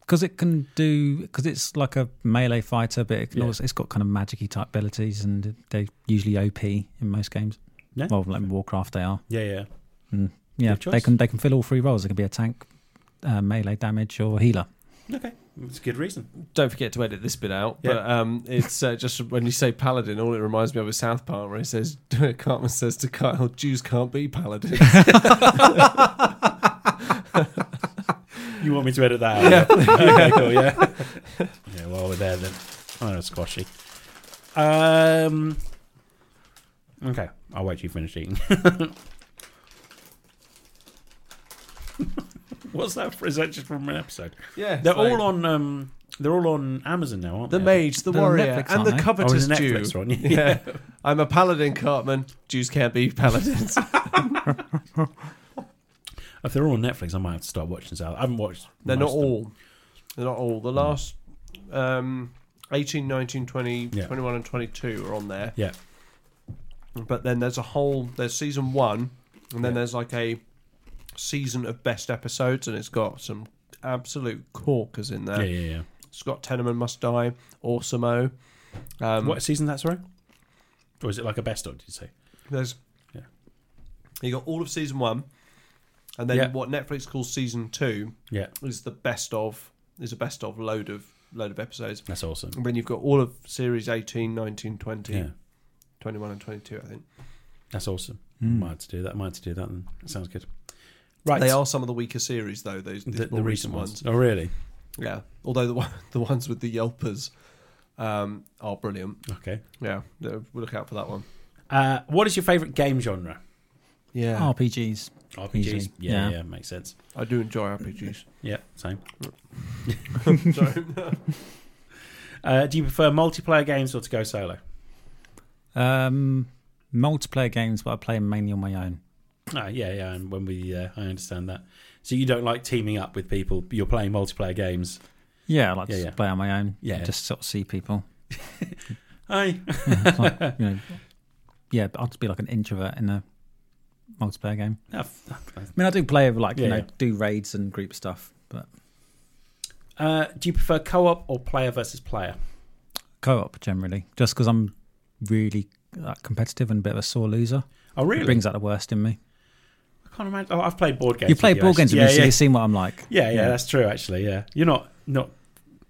because it can do. Because it's like a melee fighter, but it can Yeah. also, it's got kind of magicy type abilities, and they're usually OP in most games. Yeah. Well, like Warcraft, they are. Yeah, yeah. And yeah, Good choice. they can they can fill all three roles. They can be a tank, uh, melee damage or healer. Okay, it's a good reason. Don't forget to edit this bit out. But Yeah. um, it's uh, just when you say paladin, all it reminds me of is South Park, where he says, <laughs> Cartman says to Kyle, Jews can't be <laughs> paladins. You want me to edit that? Yeah. Out? <laughs> okay, cool. Yeah. yeah. While we're there, then. Oh, no, squashy. Um. Okay, I'll wait till you finish eating. <laughs> What's that? For? Is that just from an episode? yeah, They're all on. Um, they're all on Amazon now, aren't The they? Mage, the They're on Warrior, and Netflix, aren't the they? Oh, it's Covetous a Jew. Netflix <laughs> one. Yeah. <laughs> Yeah. I'm a paladin, Cartman. Jews can't be <laughs> paladins. If they're all on Netflix, I might have to start watching South. I haven't watched. They're not most of them. all. They're not all. The Mm. last um, 18, 19, 20, Yeah. 21, and 22 are on there. Yeah. But then there's a whole, there's season one, and then Yeah. there's like a season of best episodes, and it's got some absolute corkers in there. Yeah, yeah, yeah. Scott Teneman Must Die, Awesomeo. Um, what season that's right? Or is it like a best of? Did you say? There's Yeah. You got all of season one, and then Yeah. what Netflix calls season two Yeah, is the best of is a best of load of load of episodes. that's awesome. And then you've got all of series 18, 19, 20, Yeah, 21 and 22, I think. that's awesome. Might have to do that. Might have to do that. Then that sounds good. Right. They are some of the weaker series though, those these the, more the recent ones. Oh, really? Yeah. Although the one, <laughs> the ones with the yelpers um, are brilliant. Okay. Yeah. We'll look out for that one. Uh, what is your favorite game genre? Yeah. Oh. RPGs. RPGs. Easily. Yeah, yeah, Yeah. makes sense. I do enjoy <laughs> RPGs. Yeah, same. <laughs> Sorry. Uh, do you prefer multiplayer games or to go solo? Um, multiplayer games, but I play them mainly on my own. Ah, yeah, yeah. And when we, uh, I understand that. So you don't like teaming up with people. You're playing multiplayer games. Yeah, I like Yeah, to yeah. play on my own. Yeah. Just sort of see people. Hi. It's like, you know, <laughs> yeah, but I'll just be like an introvert in a multiplayer game. <laughs> I mean, I do play with like, Ah, Yeah, you know, yeah. do raids and group stuff, but Uh, do you prefer co-op or player versus player? co op generally, just because I'm really like, competitive and a bit of a sore loser. Oh, It really? brings out the worst in me. I can't imagine. Oh, I've played board games. you play with board games with actually. me, so yeah, you've seen what I'm like. yeah, yeah, yeah, Yeah. <laughs> That's true. Actually, yeah. You're not not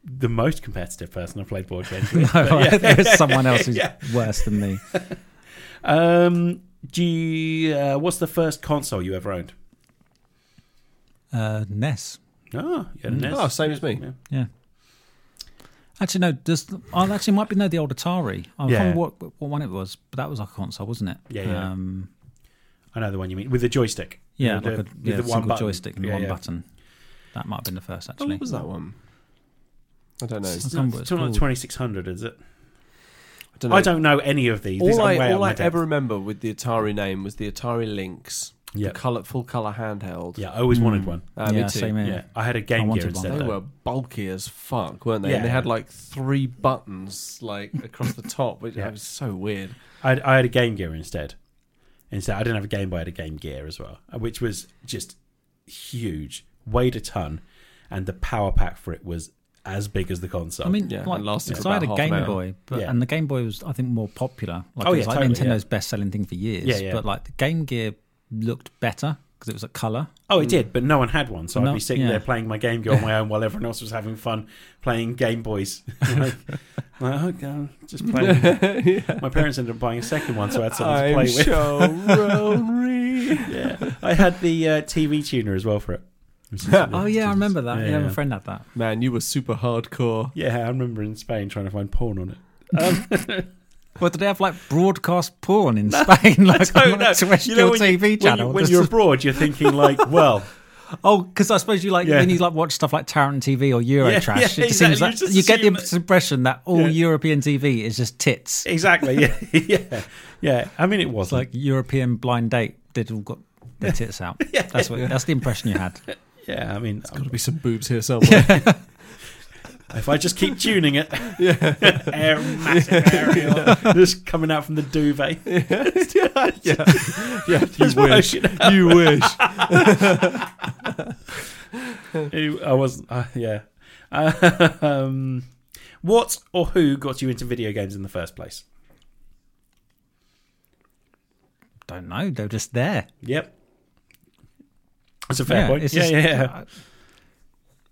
the most competitive person I've played board <laughs> games No, with. but yeah. there is someone else <laughs> who's Yeah. worse than me. Um, do you, uh, what's the first console you ever owned? Uh, Ness. Oh, you had a Mm. NES. Oh, same as me. Yeah. Yeah. Actually, no. Does I actually might be no the old Atari. I Yeah. can't remember what, what one it was, but that was like a console, wasn't it? Yeah, yeah. Um, I know the one you mean with the joystick. yeah, With like the- a with yeah, the one single button. joystick and Yeah, one yeah. button. That might have been the Oh, first actually. what was that one? I don't know. It's I can't remember not, what it's it's not called. 2600, is it? I don't know. I don't know any of these. These all are way I, out all my I depth. ever remember with the Atari name was the Atari Lynx, Yeah. the color, full color handheld. yeah, I always wanted Mm. one. Uh, me yeah, too. same Yeah. here. I had a Game wanted Gear one. instead. They though. were bulky as fuck, weren't they? And they Yeah. had like three buttons like across the top, which Yeah. was so <laughs> weird. I had, I had a Game Gear instead. Instead, I didn't have a Game Boy. I had a Game Gear as well, uh, which was just huge, weighed a ton, and the power pack for it was as big as the console. I mean, Yeah, like, it lasted because for I had about a half an Game hour. Boy, but, Yeah. and the Game Boy was, I think, more popular. Like, Oh, it was yeah, like totally, Nintendo's best-selling thing for years. Yeah, yeah. But like the Game Gear looked better because it was a color. oh, it did, but no one had one, so I'd No, be sitting mm. yeah. there playing my Game Gear on <laughs> my own while everyone else was having fun playing Game Boys. <laughs> like, like, oh, God, just <laughs> playing. my parents ended up buying a second one, so I had something to play with. Show <laughs> Yeah, I had the uh, TV tuner as well for it. <laughs> Oh yeah, I remember that. Yeah, Yeah, yeah. my friend had that. Man, you were super hardcore. Yeah, I remember in Spain trying to find porn on it. Well, did they have like broadcast porn <laughs> in Spain, like don't on know. a terrestrial when you- TV channel? When, you, are abroad, you're thinking <laughs> like, well, Oh, because I suppose you like Yeah. when you like watch stuff like Taran TV or Eurotrash. yeah, it exactly. seems You like just you get the assume that- impression that all Yeah. European TV is just tits. exactly, <laughs> yeah, yeah, yeah. I mean, it It's was like European blind date. They'd all got their <laughs> tits out. That's what. That's the impression you had. yeah. I mean, Got to be some boobs <laughs> here somewhere. if I just keep tuning <laughs> it, <laughs> air, massive aerial, just coming out from the duvet. yeah, yeah. You what I wish. should You wish. <laughs> Who- I wasn't. Uh, yeah. <laughs> Um, what or who got you into video games in the first place? Don't know. They're just there. Yep. That's a fair point. it's Yeah, just- uh, yeah, yeah.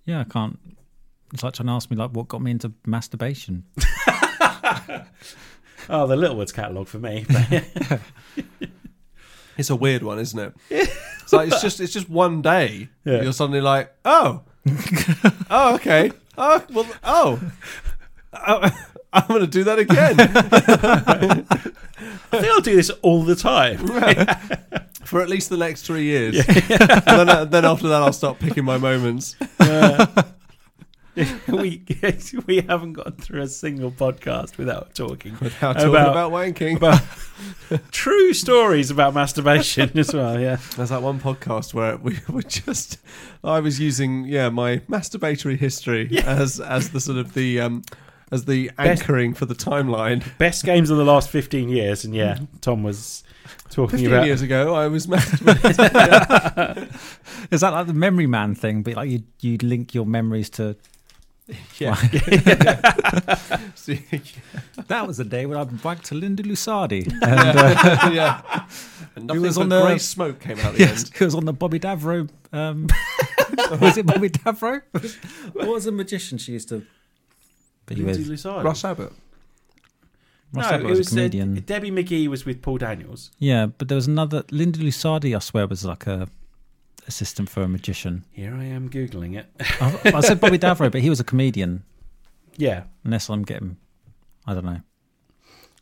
Yeah, I can't. It's like trying to ask me like what got me into masturbation. Oh, the Littlewoods catalogue for me. It's a weird one, isn't it? it's like it's just it's just one day Yeah. you're suddenly like, <laughs> oh, oh, okay, oh, well, oh, <laughs> <laughs> Oh, I'm gonna do that again I think I'll do this all the time. <laughs> for at least the next three years. and then, uh, then after that, I'll start picking my moments. Uh, <laughs> we <laughs> we haven't gone through a single podcast without talking Now talking About- about, wanking. about true stories about masturbation as well. Yeah, There's that one podcast where we <laughs> were just I was using yeah my masturbatory history as as the sort of the um as the Best- anchoring for the timeline. best games of the last fifteen years, and yeah, Tom was talking Fifteen about. years ago, I was <laughs> masturbating. <laughs> Is that like the memory man thing? But like you, you link your memories to yeah. See, <laughs> that was the day when I wagged to Linda <laughs> Lusardi. <laughs> yeah. And nothing uh, was but on the- grey smoke came out at the yes, end. it was on the Bobby Davro. <laughs> Um, was it Bobby Davro? what was the magician she used to be Lindsay with? Lusardi. Russ Abbott. Ross no, Abbott it was a uh, comedian. Debbie McGee was with Paul Daniels. Yeah, but there was another Linda Lusardi. I swear was like a assistant for a magician. Here I am googling it. I, I said Bobby Davro, but he was a comedian. yeah, Unless I'm getting, I don't know.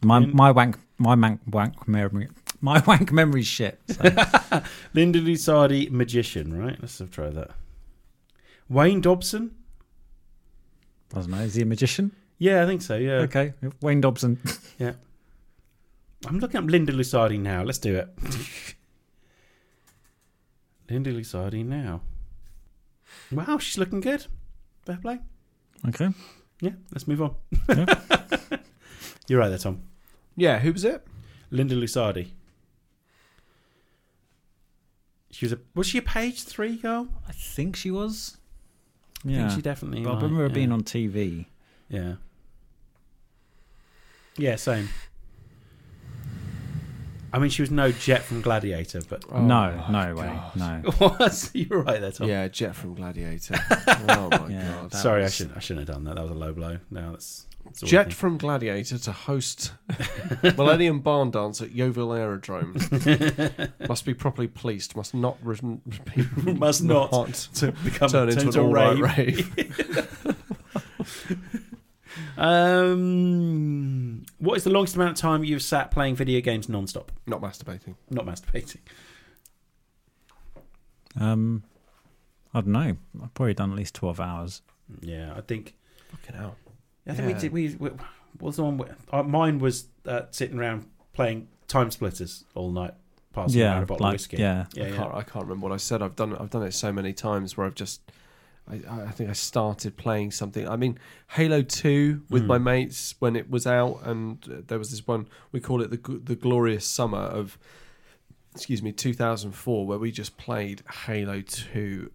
My Lin- my wank my wank wank memory my <laughs> wank memory shit. So, Linda Lusardi, magician. Right, let's have try that. Wayne Dobson. I don't know. Is he a magician? Yeah, I think so. Yeah, Okay, Wayne Dobson. I'm looking up Linda Lusardi now. Let's do it. Linda Lusardi now. Wow, she's looking good. Fair play. Okay, Yeah, let's move on. Yeah. <laughs> You're right there, Tom. Yeah, who was it? Linda Lusardi. She was a was she a page three girl? I think she was. I Yeah, think she definitely. But I might, remember her yeah. being on TV. Yeah. Yeah, same. I mean, she was no Jet from Gladiator, but no, no way, no. was you're right there, Tom. Yeah, Jet from <laughs> Gladiator. oh my Oh. Yeah. god. That Sorry, I was- shouldn't. I shouldn't have done that. That was a low blow. Now that's, that's all I Jet <laughs> think. from Gladiator to host <laughs> Millennium Barn Dance at Yeovil <laughs> Aerodrome. must be properly policed. Must not re- be- Must not. to Become- turn into an into a all right rave. rave. <laughs> Um, what is the longest amount of time you've sat playing video games non-stop, Not masturbating. not masturbating? Um, I don't know. I've probably done at least twelve hours. Mm, Yeah, I think. Fucking hell. I think Yeah. we did. We, we what was the one. where- uh, mine was uh, sitting around playing time splitters all night, passing yeah, around a bottle of like whiskey. yeah. yeah, I yeah. can't. I can't remember what I said. I've done. I've done it so many times where I've just. I, I think I started playing something. I mean, Halo Two with Mm. my mates when it was out, and uh, there was this one we call it the gl- the glorious summer of, excuse me, 2004, where we just played Halo Two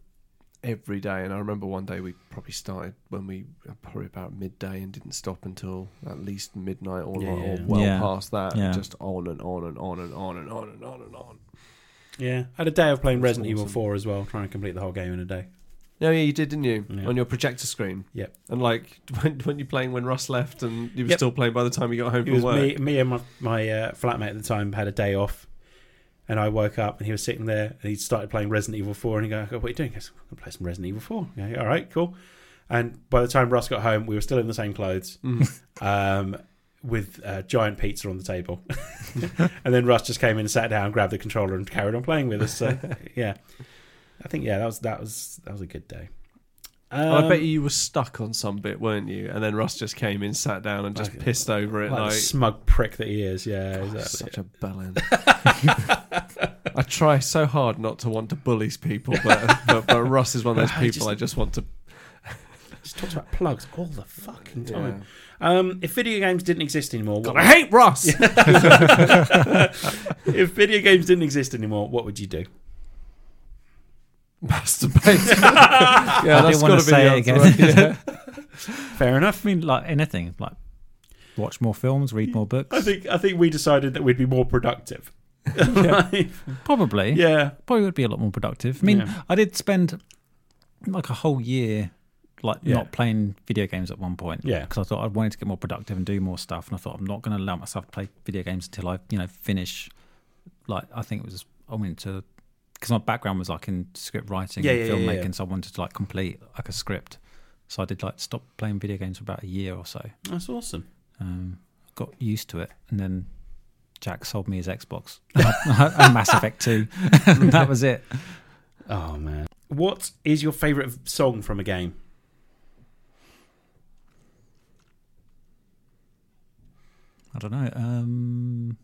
every day. And I remember one day we probably started when we uh, probably about midday and didn't stop until at least midnight or, Yeah, or yeah. well Yeah. past that, and Yeah. just on and on and on and on and on and on and on. Yeah, I had a day of playing That's Resident Evil awesome. Four as well, trying to complete the whole game in a day. No, yeah, you did, didn't you? Yeah. On your projector screen. Yep. And like, <laughs> when, when you playing when Russ left, and you were Yep. still playing by the time you got home It from was work. me, me and my, my uh, flatmate at the time had a day off, and I woke up and he was sitting there and he started playing Resident Evil 4. And he go, "What are you doing?" I said, "I'm going to play some Resident Evil 4. Yeah, all right, cool. And by the time Russ got home, we were still in the same clothes <laughs> Mm. um, with uh, giant pizza on the table. <laughs> and then Russ just came in and sat down, grabbed the controller, and carried on playing with us. <laughs> So, yeah, I think yeah, that was that was that was a good day. And I bet Um, you were stuck on some bit, weren't you? And then Russ just came in, sat down, and just Like- pissed over it. like the Like, smug prick that he is. Yeah, "God, exactly. such a <laughs> bellend. I try so hard not to want to bully people, <laughs> but but, but Russ is one of those I people just- I just want to. Just talks about plugs all the fucking time. Yeah. Um, if video games didn't exist anymore, God, what I hate Russ. <laughs> if video games didn't exist anymore, what would you do? <laughs> <laughs> Masturbate. <laughs> yeah, I that's didn't want gotta to be say it the again. answer, right? Yeah. Fair enough. I mean, like anything, like watch more films, read more books. I think I think we decided that we'd be more productive. <laughs> yeah. Probably, probably would be a lot more productive. I mean, Yeah. I did spend like a whole year like Yeah. not playing video games at one point. Yeah. because I thought I wanted to get more productive and do more stuff, and I thought I'm not going to allow myself to play video games until I you know finish. Like I think it was I went to because my background was like in script writing Yeah, and yeah, yeah, filmmaking, yeah. so I wanted to like complete like a script. So I did like stop playing video games for about a year or so. That's awesome. Um, got used to it, and then Jack sold me his Xbox <laughs> and Mass Effect Two, <laughs> and that was it. Oh man, what is your favorite song from a game? I don't know. Um,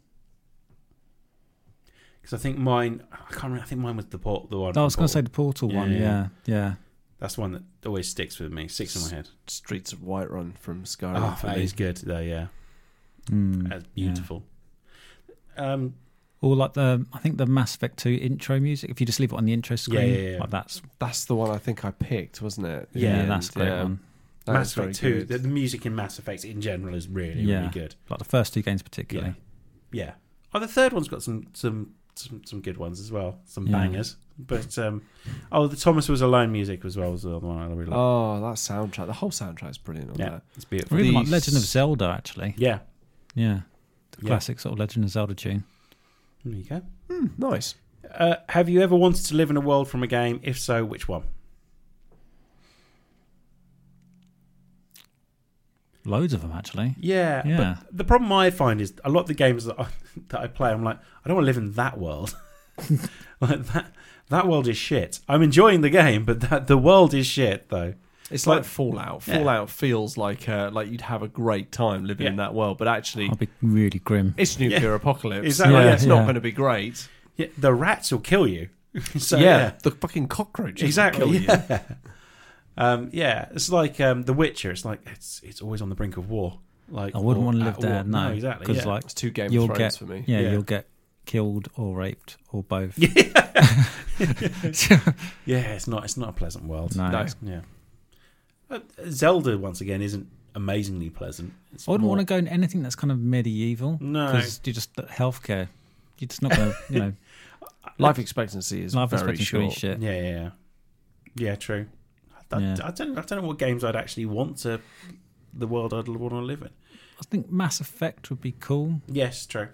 Because I think mine, I can't remember. I think mine was the port, the one. oh, I was from going to say Portal. the Yeah, Portal one. yeah, yeah. Yeah, yeah. that's one that always sticks with me, sticks in my head. Streets of Whiterun from Skyrim. Oh, for that me. is good though. Yeah, Mm, that's yeah. beautiful. Um, Or like the I think the Mass Effect 2 intro music. If you just leave it on the intro screen, yeah, yeah. like that's That's the one I think I picked, wasn't it? In Yeah, yeah, the that's a end, great yeah. one. That Mass is very Effect Two. good. The, the music in Mass Effect in general is really, Yeah. really good. Like the first two games particularly. Yeah. Oh, the third one's got some some some, some good ones as well, some Yeah. bangers. But um, oh, the Thomas was alone music as well was the other one I really like. Oh, that soundtrack. The whole soundtrack's brilliant on Yeah. that. it's I beautiful. really The like Legend of s- Zelda actually. Yeah, Yeah, the Yeah. classic sort of Legend of Zelda tune. there you go. Hmm, nice. Uh, have you ever wanted to live in a world from a game? If so, which one? Loads of them actually. Yeah, Yeah. But the problem I find is a lot of the games that I, <laughs> that I play, I'm like, I don't want to live in that world. <laughs> like that that world is shit. I'm enjoying the game, but that the world is shit though. It's Like- like Fallout. Yeah. Fallout feels like uh, like you'd have a great time living Yeah. in that world, but actually, I'll be really grim. it's nuclear apocalypse. Exactly. Like, Yeah, it's not yeah. going to be great. Yeah, the rats will kill you. <laughs> so yeah, yeah. the fucking cockroaches. will exactly. kill you. Yeah. Um, yeah, it's like um, The Witcher. It's like it's it's always on the brink of war. Like I wouldn't or want to live at there. war. No, Oh, exactly. Because Yeah. like It's two Game you'll of Thrones get for me. yeah, Yeah. you'll get killed or raped or <laughs> both. <laughs> yeah, it's not it's not a pleasant world. No. No. Yeah, Uh, Zelda once again isn't amazingly pleasant. It's I wouldn't more- want to go in anything that's kind of medieval. No. because you just healthcare. You're just not going to, you know, Life expectancy is life very expectancy is really short. shit. Yeah, yeah, yeah. Yeah, true. I, I- Yeah. I don't. I don't know what games I'd actually want to. The world I'd want to live in. I think Mass Effect would be cool. Yes, true.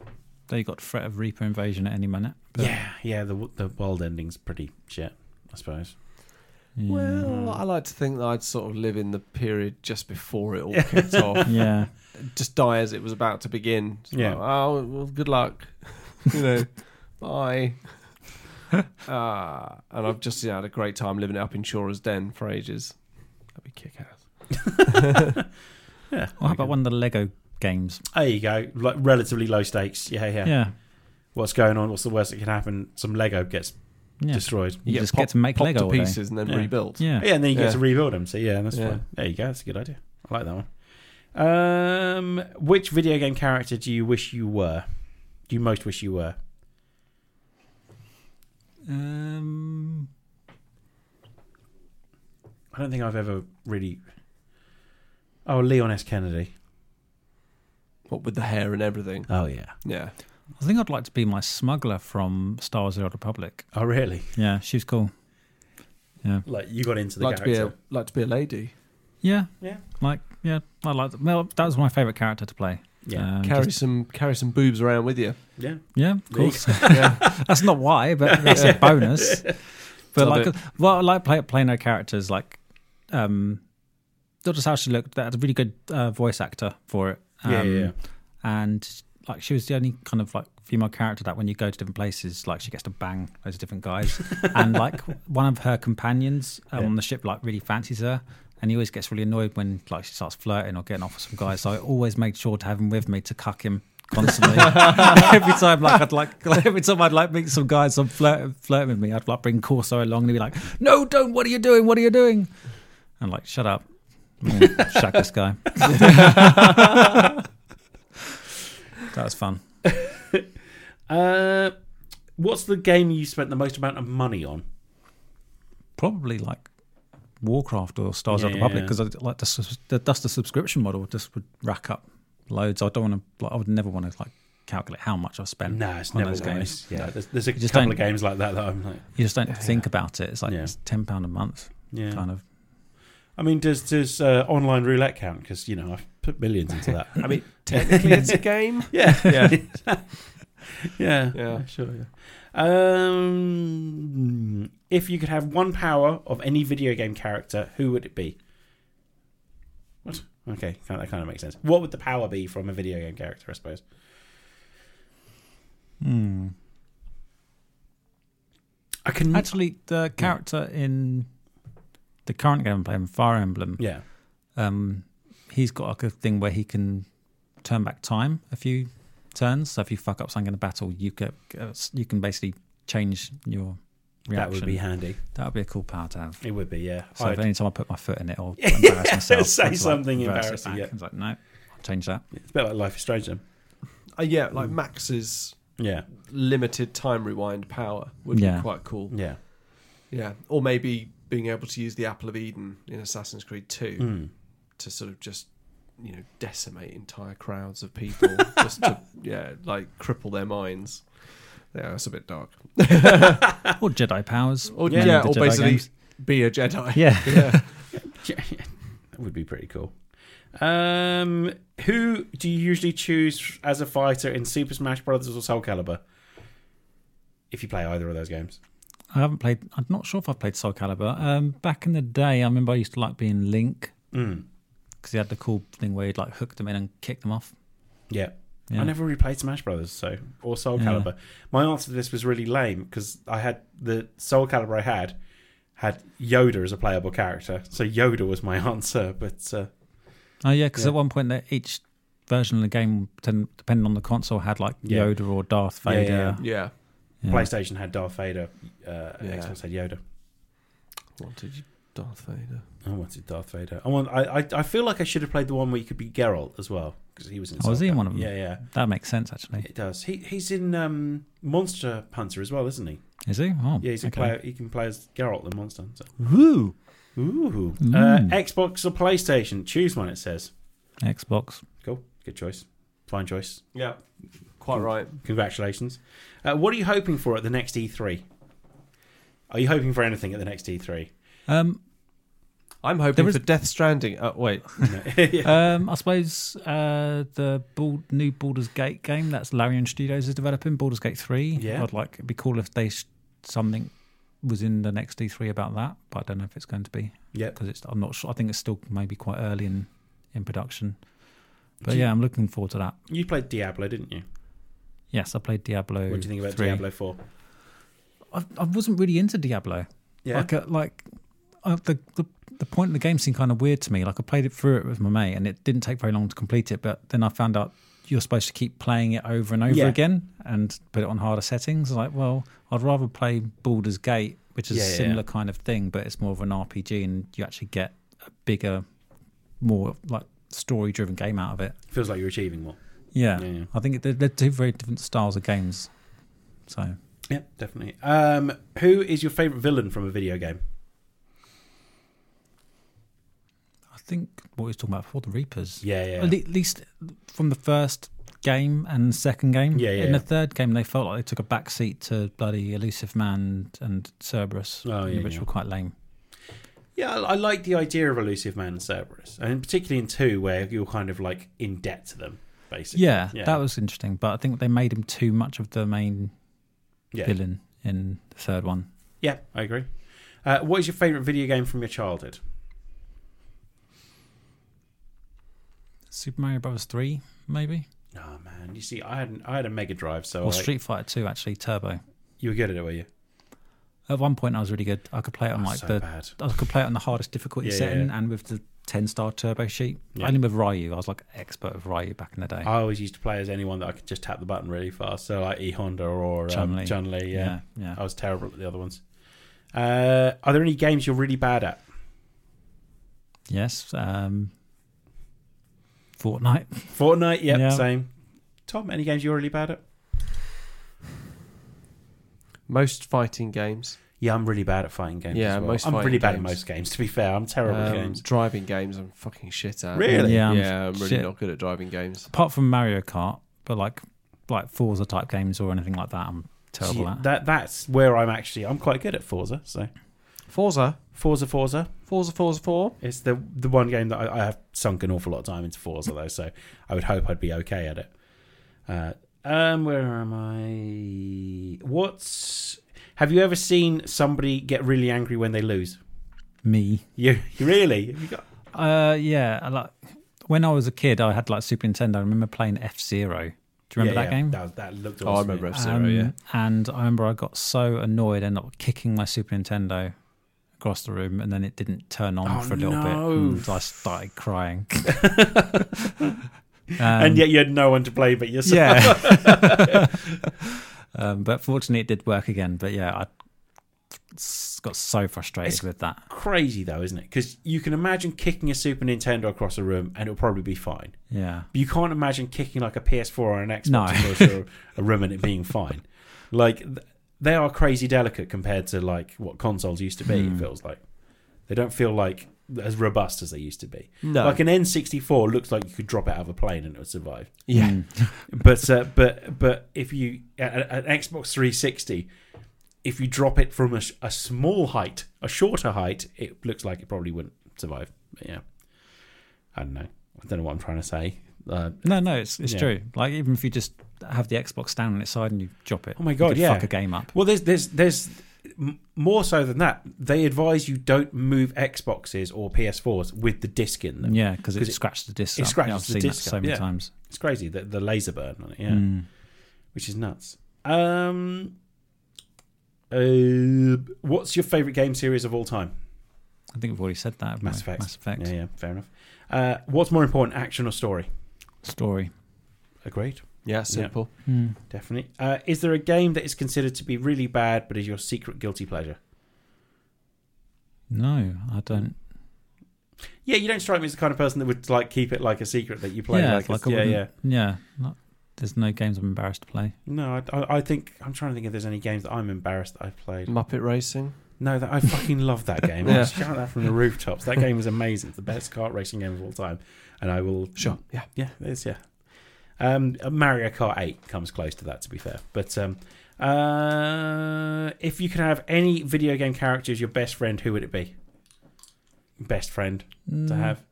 They got threat of Reaper invasion at any minute. but- Yeah, yeah. The the world ending's pretty shit. I suppose. yeah. Well, I like to think that I'd sort of live in the period just before it all kicked off, yeah, just die as it was about to begin. It's Yeah. like, oh, well, good luck. <laughs> you know, <laughs> bye. Ah, and I've just you know, had a great time living it up in Shura's Den for ages. That'd be kick ass. Yeah. Or how about one of the Lego games? There you go. Like relatively low stakes. Yeah, yeah. Yeah, yeah. What's going on? What's the worst that can happen? Some Lego gets destroyed. You Yeah, just pop- get to make Popped Lego all to day. pieces and then Yeah. rebuilt. Yeah. Yeah, and then you Yeah. get to rebuild them. So yeah, that's Yeah. fine. There you go. That's a good idea. I like that one. Um, which video game character do you wish you were? Do you most wish you were? Um, I don't think I've ever really. Oh, Leon S. Kennedy. What with the hair and everything. Oh yeah. Yeah. I think I'd like to be my smuggler from Star Wars: The Old Republic. Oh really? Yeah, she was cool. Like you got into the like character. to be a like to be a lady. Yeah, Yeah. like yeah, I like. Well, that was my favorite character to play. yeah. Um, carry just- some carry some boobs around with <laughs> you. yeah. yeah, of There you course. Yeah. That's not why, but <laughs> that's a bonus. Love But like, it. well, I like play, playing her characters. Like, um, not just how she looked. They had a really good uh, voice actor for it. Um, yeah, yeah, yeah. And like, she was the only kind of like female character that when you go to different places, like she gets to bang loads of different guys. and like one of her companions um, Yeah. on the ship, like really fancies her. And he always gets really annoyed when like she starts flirting or getting off with some guy. So I always made sure to have him with me to cuck him constantly. <laughs> every time, like I'd like, like, <laughs> every time I'd like meet some guys on flirt flirting with me, I'd like bring Corso along and he'd be like, "No, don't! What are you doing? What are you doing?" And like, shut up, Mm, shack this guy. that was fun. Um, Uh, what's the game you spent the most amount of money on? Probably like Warcraft or Stars of Yeah, the yeah, Republic yeah. because I like the, sus- the that's the subscription model just would rack up loads. I don't want to. Like, I would never want to like calculate how much I've spent. No, it's on never those games. Yeah, there's, there's a You just couple don't- of games like that that I'm like, You just don't think about it. It's like Yeah. <laughs> it's ten pound a month, yeah. kind of. I mean, does does uh, online roulette count? Because you know I've put millions into that. I mean, technically it's a game. yeah, Yeah. <laughs> yeah, Yeah. sure. Yeah. Um, if you could have one power of any video game character, who would it be? What? Okay, kind of- that kind of makes sense. What would the power be from a video game character? I suppose. Hmm. I can Actually, the character in the current game I'm playing, Fire Emblem, Yeah. um, he's got like a thing where he can turn back time a few turns. So if you fuck up something in a battle, you can you can basically change your That reaction. would be handy. That would be a cool power to have. It would be, yeah. So I'd- if any time I put my foot in it <laughs> or Yeah, embarrass myself, say I was something reverse it embarrassing, back. yeah. I was like, no, I'll change <laughs> that. it's a bit like Life is Strange then. Uh, yeah, like Max's Yeah, limited time rewind power would Yeah. be quite cool. yeah. Yeah, or maybe being able to use the Apple of Eden in Assassin's Creed Two Hmm. Mm. to sort of just you know decimate entire crowds of <laughs> people, just to yeah, like cripple their minds. Yeah, that's a bit dark. Or Jedi powers. Or Yeah. yeah, Many of the or Jedi basically <laughs> games. be a Jedi. Yeah. yeah. Yeah, yeah. That would be pretty cool. Um, who do you usually choose as a fighter in Super Smash Brothers or Soul Calibur? If you play either of those games, I haven't played. I'm not sure if I've played Soul Calibur. Um, back in the day, I remember I used to like being Link mm. because he had the cool thing where he'd like hook them in and kick them off. yeah. Yeah. I never really played Smash Brothers, so or Soul Yeah. Calibur. My answer to this was really lame because I had the Soul Calibur I had had Yoda as a playable character, so Yoda was my <laughs> answer. But uh, Oh yeah, because Yeah. at one point that each version of the game, depend- depending on the console, had like Yeah. Yoda or Darth Yeah, yeah, Vader. Yeah, Yeah. PlayStation had Darth Vader, uh, and Yeah. Xbox had Yoda. Wanted you, Darth Vader. I wanted Darth Vader. I want. I, I. I feel like I should have played the one where you could be Geralt as well because he was in. Oh, was Soul he in Calibur. one of them? Yeah, yeah. That makes sense actually. It does. He he's in um, Monster Hunter as well, isn't he? Is he? Oh, Yeah, he's a okay. player. He can play as Geralt the Monster Hunter. Woo! Ooh. Mm. Uh, Xbox or PlayStation? Choose one. It says. Xbox. Cool. Good choice. Fine choice. Yeah, quite right. Congratulations. Uh, what are you hoping for at the next E3? Are you hoping for anything at the next E E3? Um, I'm There hoping was- for Death Stranding. Oh wait, um, I suppose uh, the Bald, new Baldur's Gate game that's Larian Studios is developing, Baldur's Gate 3. Yeah. I'd like, it'd be cool if they, sh- something was in the next D3 about that, but I don't know if it's going to be Yep. because it's, I'm not sure. I think it's still maybe quite early in, in production. But Do you- yeah, I'm looking forward to that. You played Diablo, didn't you? Yes, I played Diablo. What do you think about 3. Diablo 4? I, I wasn't really into Diablo. Yeah. Like, uh, like uh, the, the the point of the game seemed kind of weird to me. Like I played it through it with my mate, and it didn't take very long to complete it. But then I found out you're supposed to keep playing it over and over Yeah. again and put it on harder settings. Like, well, I'd rather play Baldur's Gate, which is Yeah, a yeah, similar yeah. kind of thing, but it's more of an RPG, and you actually get a bigger, more like story-driven game out of it. Feels like you're achieving more. Yeah, Yeah, yeah. I think they're, they're two very different styles of games. So Yeah, definitely. Um, who is your favorite villain from a video game? I think what we was talking about before the Reapers. Yeah, yeah. At le- at least from the first game and second game. Yeah, yeah, In yeah. the third game, they felt like they took a backseat to bloody Elusive Man and, and Cerberus, Oh, yeah, which yeah. were quite lame. Yeah, I, I like the idea of elusive man and Cerberus, and particularly in two, where you're kind of like in debt to them, basically. Yeah, Yeah. that was interesting, but I think they made him too much of the main yeah, villain in the third one. yeah. I agree. Uh, what is your favorite video game from your childhood? Super Mario Brothers three, maybe, Oh man, you see, I had an, I had a Mega Drive, so or I- Street Fighter two, actually Turbo. you were good at it, were you? At one point, I was really good. I could play it on like Oh, so the bad. I could play it on the hardest difficulty Yeah, yeah, setting yeah. and with the ten star turbo sheet. Yeah. Ah, Only with Ryu, I was like expert of Ryu back in the day. I always used to play as anyone that I could just tap the button really fast, so like E Honda or um, Chun-Li. Chun Li. yeah. yeah. yeah. I was terrible at the other ones. Uh, are there any games you're really bad at? Yes. Um, Fortnite. Fortnite, yep, Yeah. same. Tom, any games you're really bad at? most fighting games, Yeah, I'm really bad at fighting games. Yeah, as well. most I'm fighting really bad at games. most games. To be fair, I'm terrible at um, games. driving games, I'm fucking shit at. Really? Yeah, Yeah, I'm I'm really shit. not good at driving games. Apart from Mario Kart, but like like Forza type games or anything like that, I'm terrible Yeah, at. that that's where I'm actually I'm quite good at Forza. So Forza, Forza Forza. Forza, Forza Four. It's the the one game that I, I have sunk an awful lot of time into Forza though, so I would hope I'd be okay at it. Uh, um, where am I? What's have you ever seen somebody get really angry when they lose? Me. You <laughs> really? Have you got- Uh, yeah. I like when I was a kid, I had like Super Nintendo. I remember playing F Zero. Do you remember Yeah, that yeah, game? That, was- that looked awesome. Oh, I remember F Zero. Um, yeah. And I remember I got so annoyed and not kicking my Super Nintendo across the room, and then it didn't turn on Oh, for a little no. bit, and I started crying. <laughs> Um, <laughs> and yet you had no one to play but yourself. yeah. <laughs> um, but fortunately, it did work again. But yeah, I s- got so frustrated It's- with that. Crazy though, isn't it? Because you can imagine kicking a Super Nintendo across a room and it'll probably be fine. Yeah. But you can't imagine kicking like a PS4 or an Xbox No. across a, a room and it being fine. Like th- they are crazy delicate compared to like what consoles used to be. Hmm. It feels like they don't feel like as robust as they used to be. No. Like an N64 looked like you could drop it out of a plane and it would survive. yeah. Mm. But uh, but but if you a- a- an Xbox 360, if you drop it from a, sh- a small height, a shorter height, it looks like it probably wouldn't survive. But yeah, I don't know. I don't know what I'm trying to say. Uh, No, no, it's it's Yeah. true. Like even if you just have the Xbox down on its side and you drop it, Oh my you God, could yeah. fuck a game up. Well, there's there's there's m- more so than that. They advise you don't move Xboxes or PS4s with the disc in them. Yeah, because it, it- scratched the disc. it up. scratches yeah, I've the seen disc that up, so many yeah. times. It's crazy the the laser burn on it, yeah, Mm. which is nuts. Um, uh, what's your favorite game series of all time? I think we've already said that. haven't Mass we? Effect. Mass Effect. Yeah, yeah, fair enough. Uh, what's more important, action or story? Story. Agreed, Yeah. Simple. Mm. definitely. Uh, is there a game that is considered to be really bad but is your secret guilty pleasure? No, I don't. Yeah, you don't strike me as the kind of person that would like keep it like a secret that you play. yeah, like, like a, I yeah, wouldn't- yeah. yeah. Not, there's no games I'm embarrassed to play. No, I, I- I think I'm trying to think if there's any games that I'm embarrassed that I've played. Muppet Racing. No, that I fucking love that game. Yeah. I shout that from the rooftops. That game was amazing. It's the best kart racing game of all time, and I will. Sure. Yeah. Yeah, it is. Yeah, um, Mario Kart Eight comes close to that, to be fair. But um, uh, if you could have any video game character as your best friend, who would it be? Best friend to Mm, have?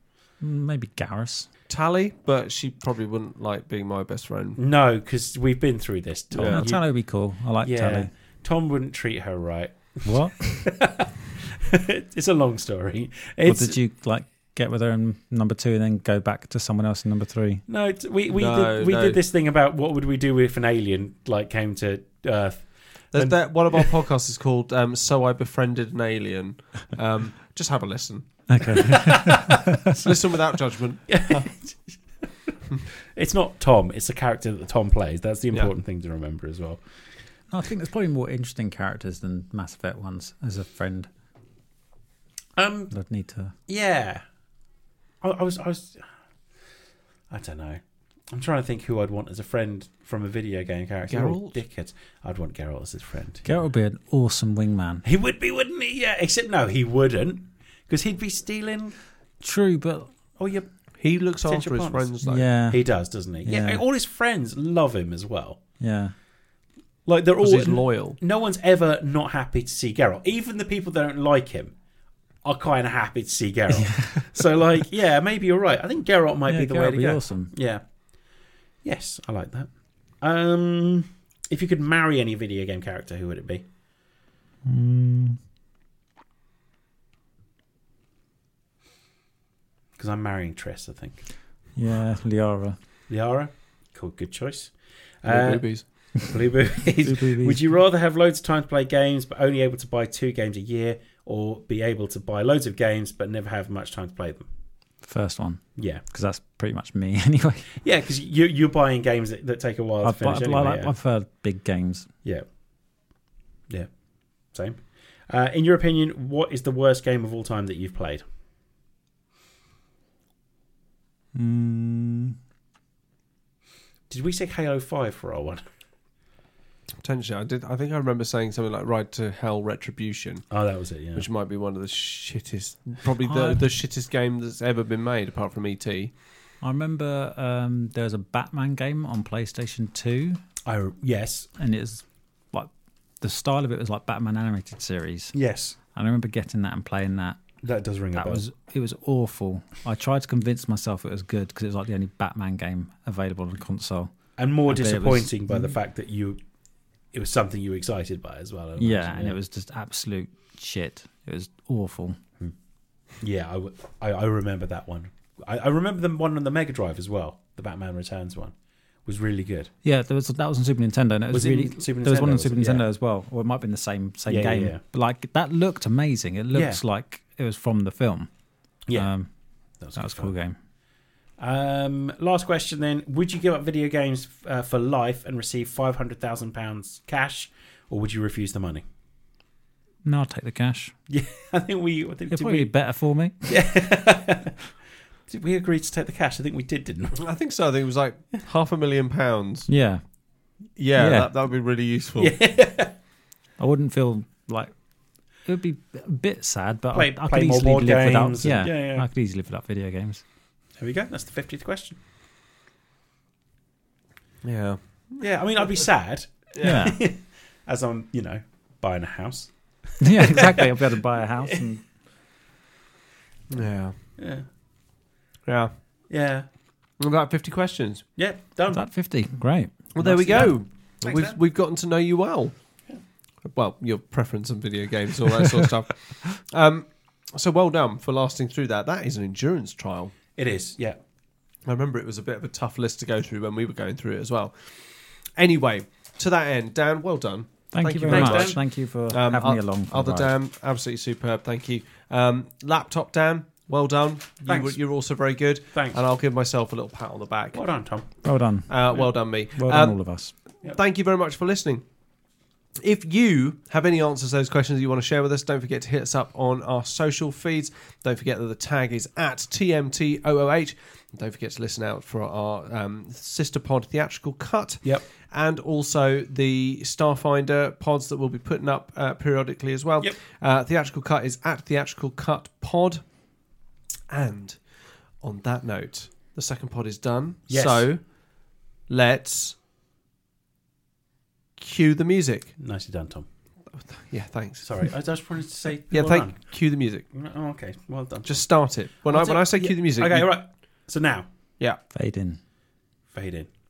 Maybe Garrus. Tally, but she probably wouldn't like being my best friend. No, because we've been through this. Tom, Yeah. Yeah. You- Tally would be cool. I like yeah. Tally. Tom wouldn't treat her right. <laughs> <laughs> What? it's a long story. what It's, did you like? Get with her in number two, and then go back to someone else in number three. No, it's- we we No, did, we no. did this thing about what would we do if an alien like came to Earth. There's And- that one of our podcasts is called um, "So I Befriended an Alien." Um, <laughs> just have a listen. <laughs> Okay. listen without <laughs> judgment. It's not Tom; it's the character that Tom plays. That's the Yeah. important thing to remember as well. I think there's probably more interesting characters than Mass Effect ones as a friend. Um, I'd need to. yeah, I, I was I was I don't know. I'm trying to think who I'd want as a friend from a video game character. They're all Geralt? dickheads. I'd want Geralt as a friend. Garrett would be an awesome wingman. He would be, wouldn't he? Yeah. Except no, he wouldn't, because he'd be stealing. True, but Oh, your He looks Potential after his partners. friends. Though. yeah, He does, doesn't he? Yeah. Yeah. All his friends love him as well. yeah, Like they're all because he's loyal. no one's ever not happy to see Geralt. Even the people that don't like him are kind of happy to see Geralt. so, like, yeah, maybe you're right. I think Geralt might yeah, be the Garrett way to would be go. awesome. Yeah. Yes, I like that. Um, if you could marry any video game character, who would it be? Mm, Because I'm marrying Triss, I think. Yeah, Liara. Liara? Cool, good choice. No Uh, boobies. <laughs> Blue Boobies. Would Would you rather have loads of time to play games but only able to buy two games a year or be able to buy loads of games but never have much time to play them? First one, Yeah. because that's pretty much me <laughs> anyway. Yeah, because you, you're buying games that, that take a while to I've, finish. I've, Oh, anyway, like, yeah. I've heard big games. yeah. Yeah. Same. Uh, in your opinion, what is the worst game of all time that you've played? Mm, Did we say Halo 5 for our one? Potentially, I did. I think I remember saying something like "Ride to Hell Retribution," Oh, that was it, yeah. which might be one of the shittest, probably the, I- the shittest game that's ever been made, apart from E ET. I remember um, there was a Batman game on PlayStation Two, I, yes. and it was like the style of it was like Batman animated series, Yes. And I remember getting that and playing that. That does ring a That bell. was it was awful. I tried to convince myself it was good because it was like the only Batman game available on console. and more I bet it was- disappointing by the fact that you, it was something you were excited by as well. I imagine, yeah, and it was just absolute shit. It was awful. Yeah, I, w- I- I remember that one. I, I remember the one on the Mega Drive as well. The Batman Returns one was really good. Yeah, there was that was on Super Nintendo, and it was, Was it really in Super there was one on Nintendo, Super was it? Nintendo Yeah. as well, or it might have been the same same Yeah, yeah, game. yeah. But like that looked amazing. It looks like it was from the film. Yeah, um, that was a good cool fun. game. Um, last question then: Would you give up video games uh, for life and receive five hundred thousand pounds cash, or would you refuse the money? <laughs> No, I'll take the cash. I think we. I think, It'd did, probably we <laughs> be better for me. did we agree to take the cash? I think we did, didn't we? I think so. I think it was <laughs> like half a million pounds. Yeah, Yeah, Yeah. That, that would be really useful. I wouldn't feel like it would be a bit sad, but Play- I, I play could more easily board live games without. and- Yeah, yeah, yeah. I could easily live without video games. There we go. That's the fiftieth question. Yeah. Yeah, I mean, <laughs> I'd be sad Yeah, <laughs> yeah, <laughs> as I'm, you know, buying a house. exactly. I'll be able to buy a house. And, Yeah. Yeah, Yeah. yeah, We've got 50 questions. yeah. Done. that fifty, great. Well, there we That's- go. Thanks, We've, Dan. we've gotten to know you well. Well, your preference on video games, all that sort of stuff. <laughs> Um, so well done for lasting through that. That is an endurance trial. It is. Yeah. I remember it was a bit of a tough list to go through when we were going through it as well. Anyway, to that end, Dan, well done. Thank, you very very much. much. Thank you for Um, having me oth- along. for the Other ride. Dan, absolutely superb. Thank you. Um, laptop Dan, well done. You, Thanks. were- you're also very good. Thanks. And I'll give myself a little pat on the back. Well done, Tom. Well done. Uh, well done, me. Well Um, done, all of us. Thank you very much for listening. If you have any answers to those questions you want to share with us, don't forget to hit us up on our social feeds. Don't forget that the tag is at TMTOOH. And Don't forget to listen out for our um, sister pod theatrical cut. Yep. And also the Starfinder pods that we'll be putting up uh, periodically as well. Yep. Uh, theatrical cut is at theatrical cut pod. And on that note, the second pod is done. Yes. So let's cue the music. Nicely done, Tom. Yeah, thanks. Sorry, I just wanted to say. Yeah, well thank. done. Cue the music. Oh, okay. Well done. Just start it. When I'll I do- when I say yeah. cue the music. Okay, you- all right. So now, Yeah. Fade in. fade in.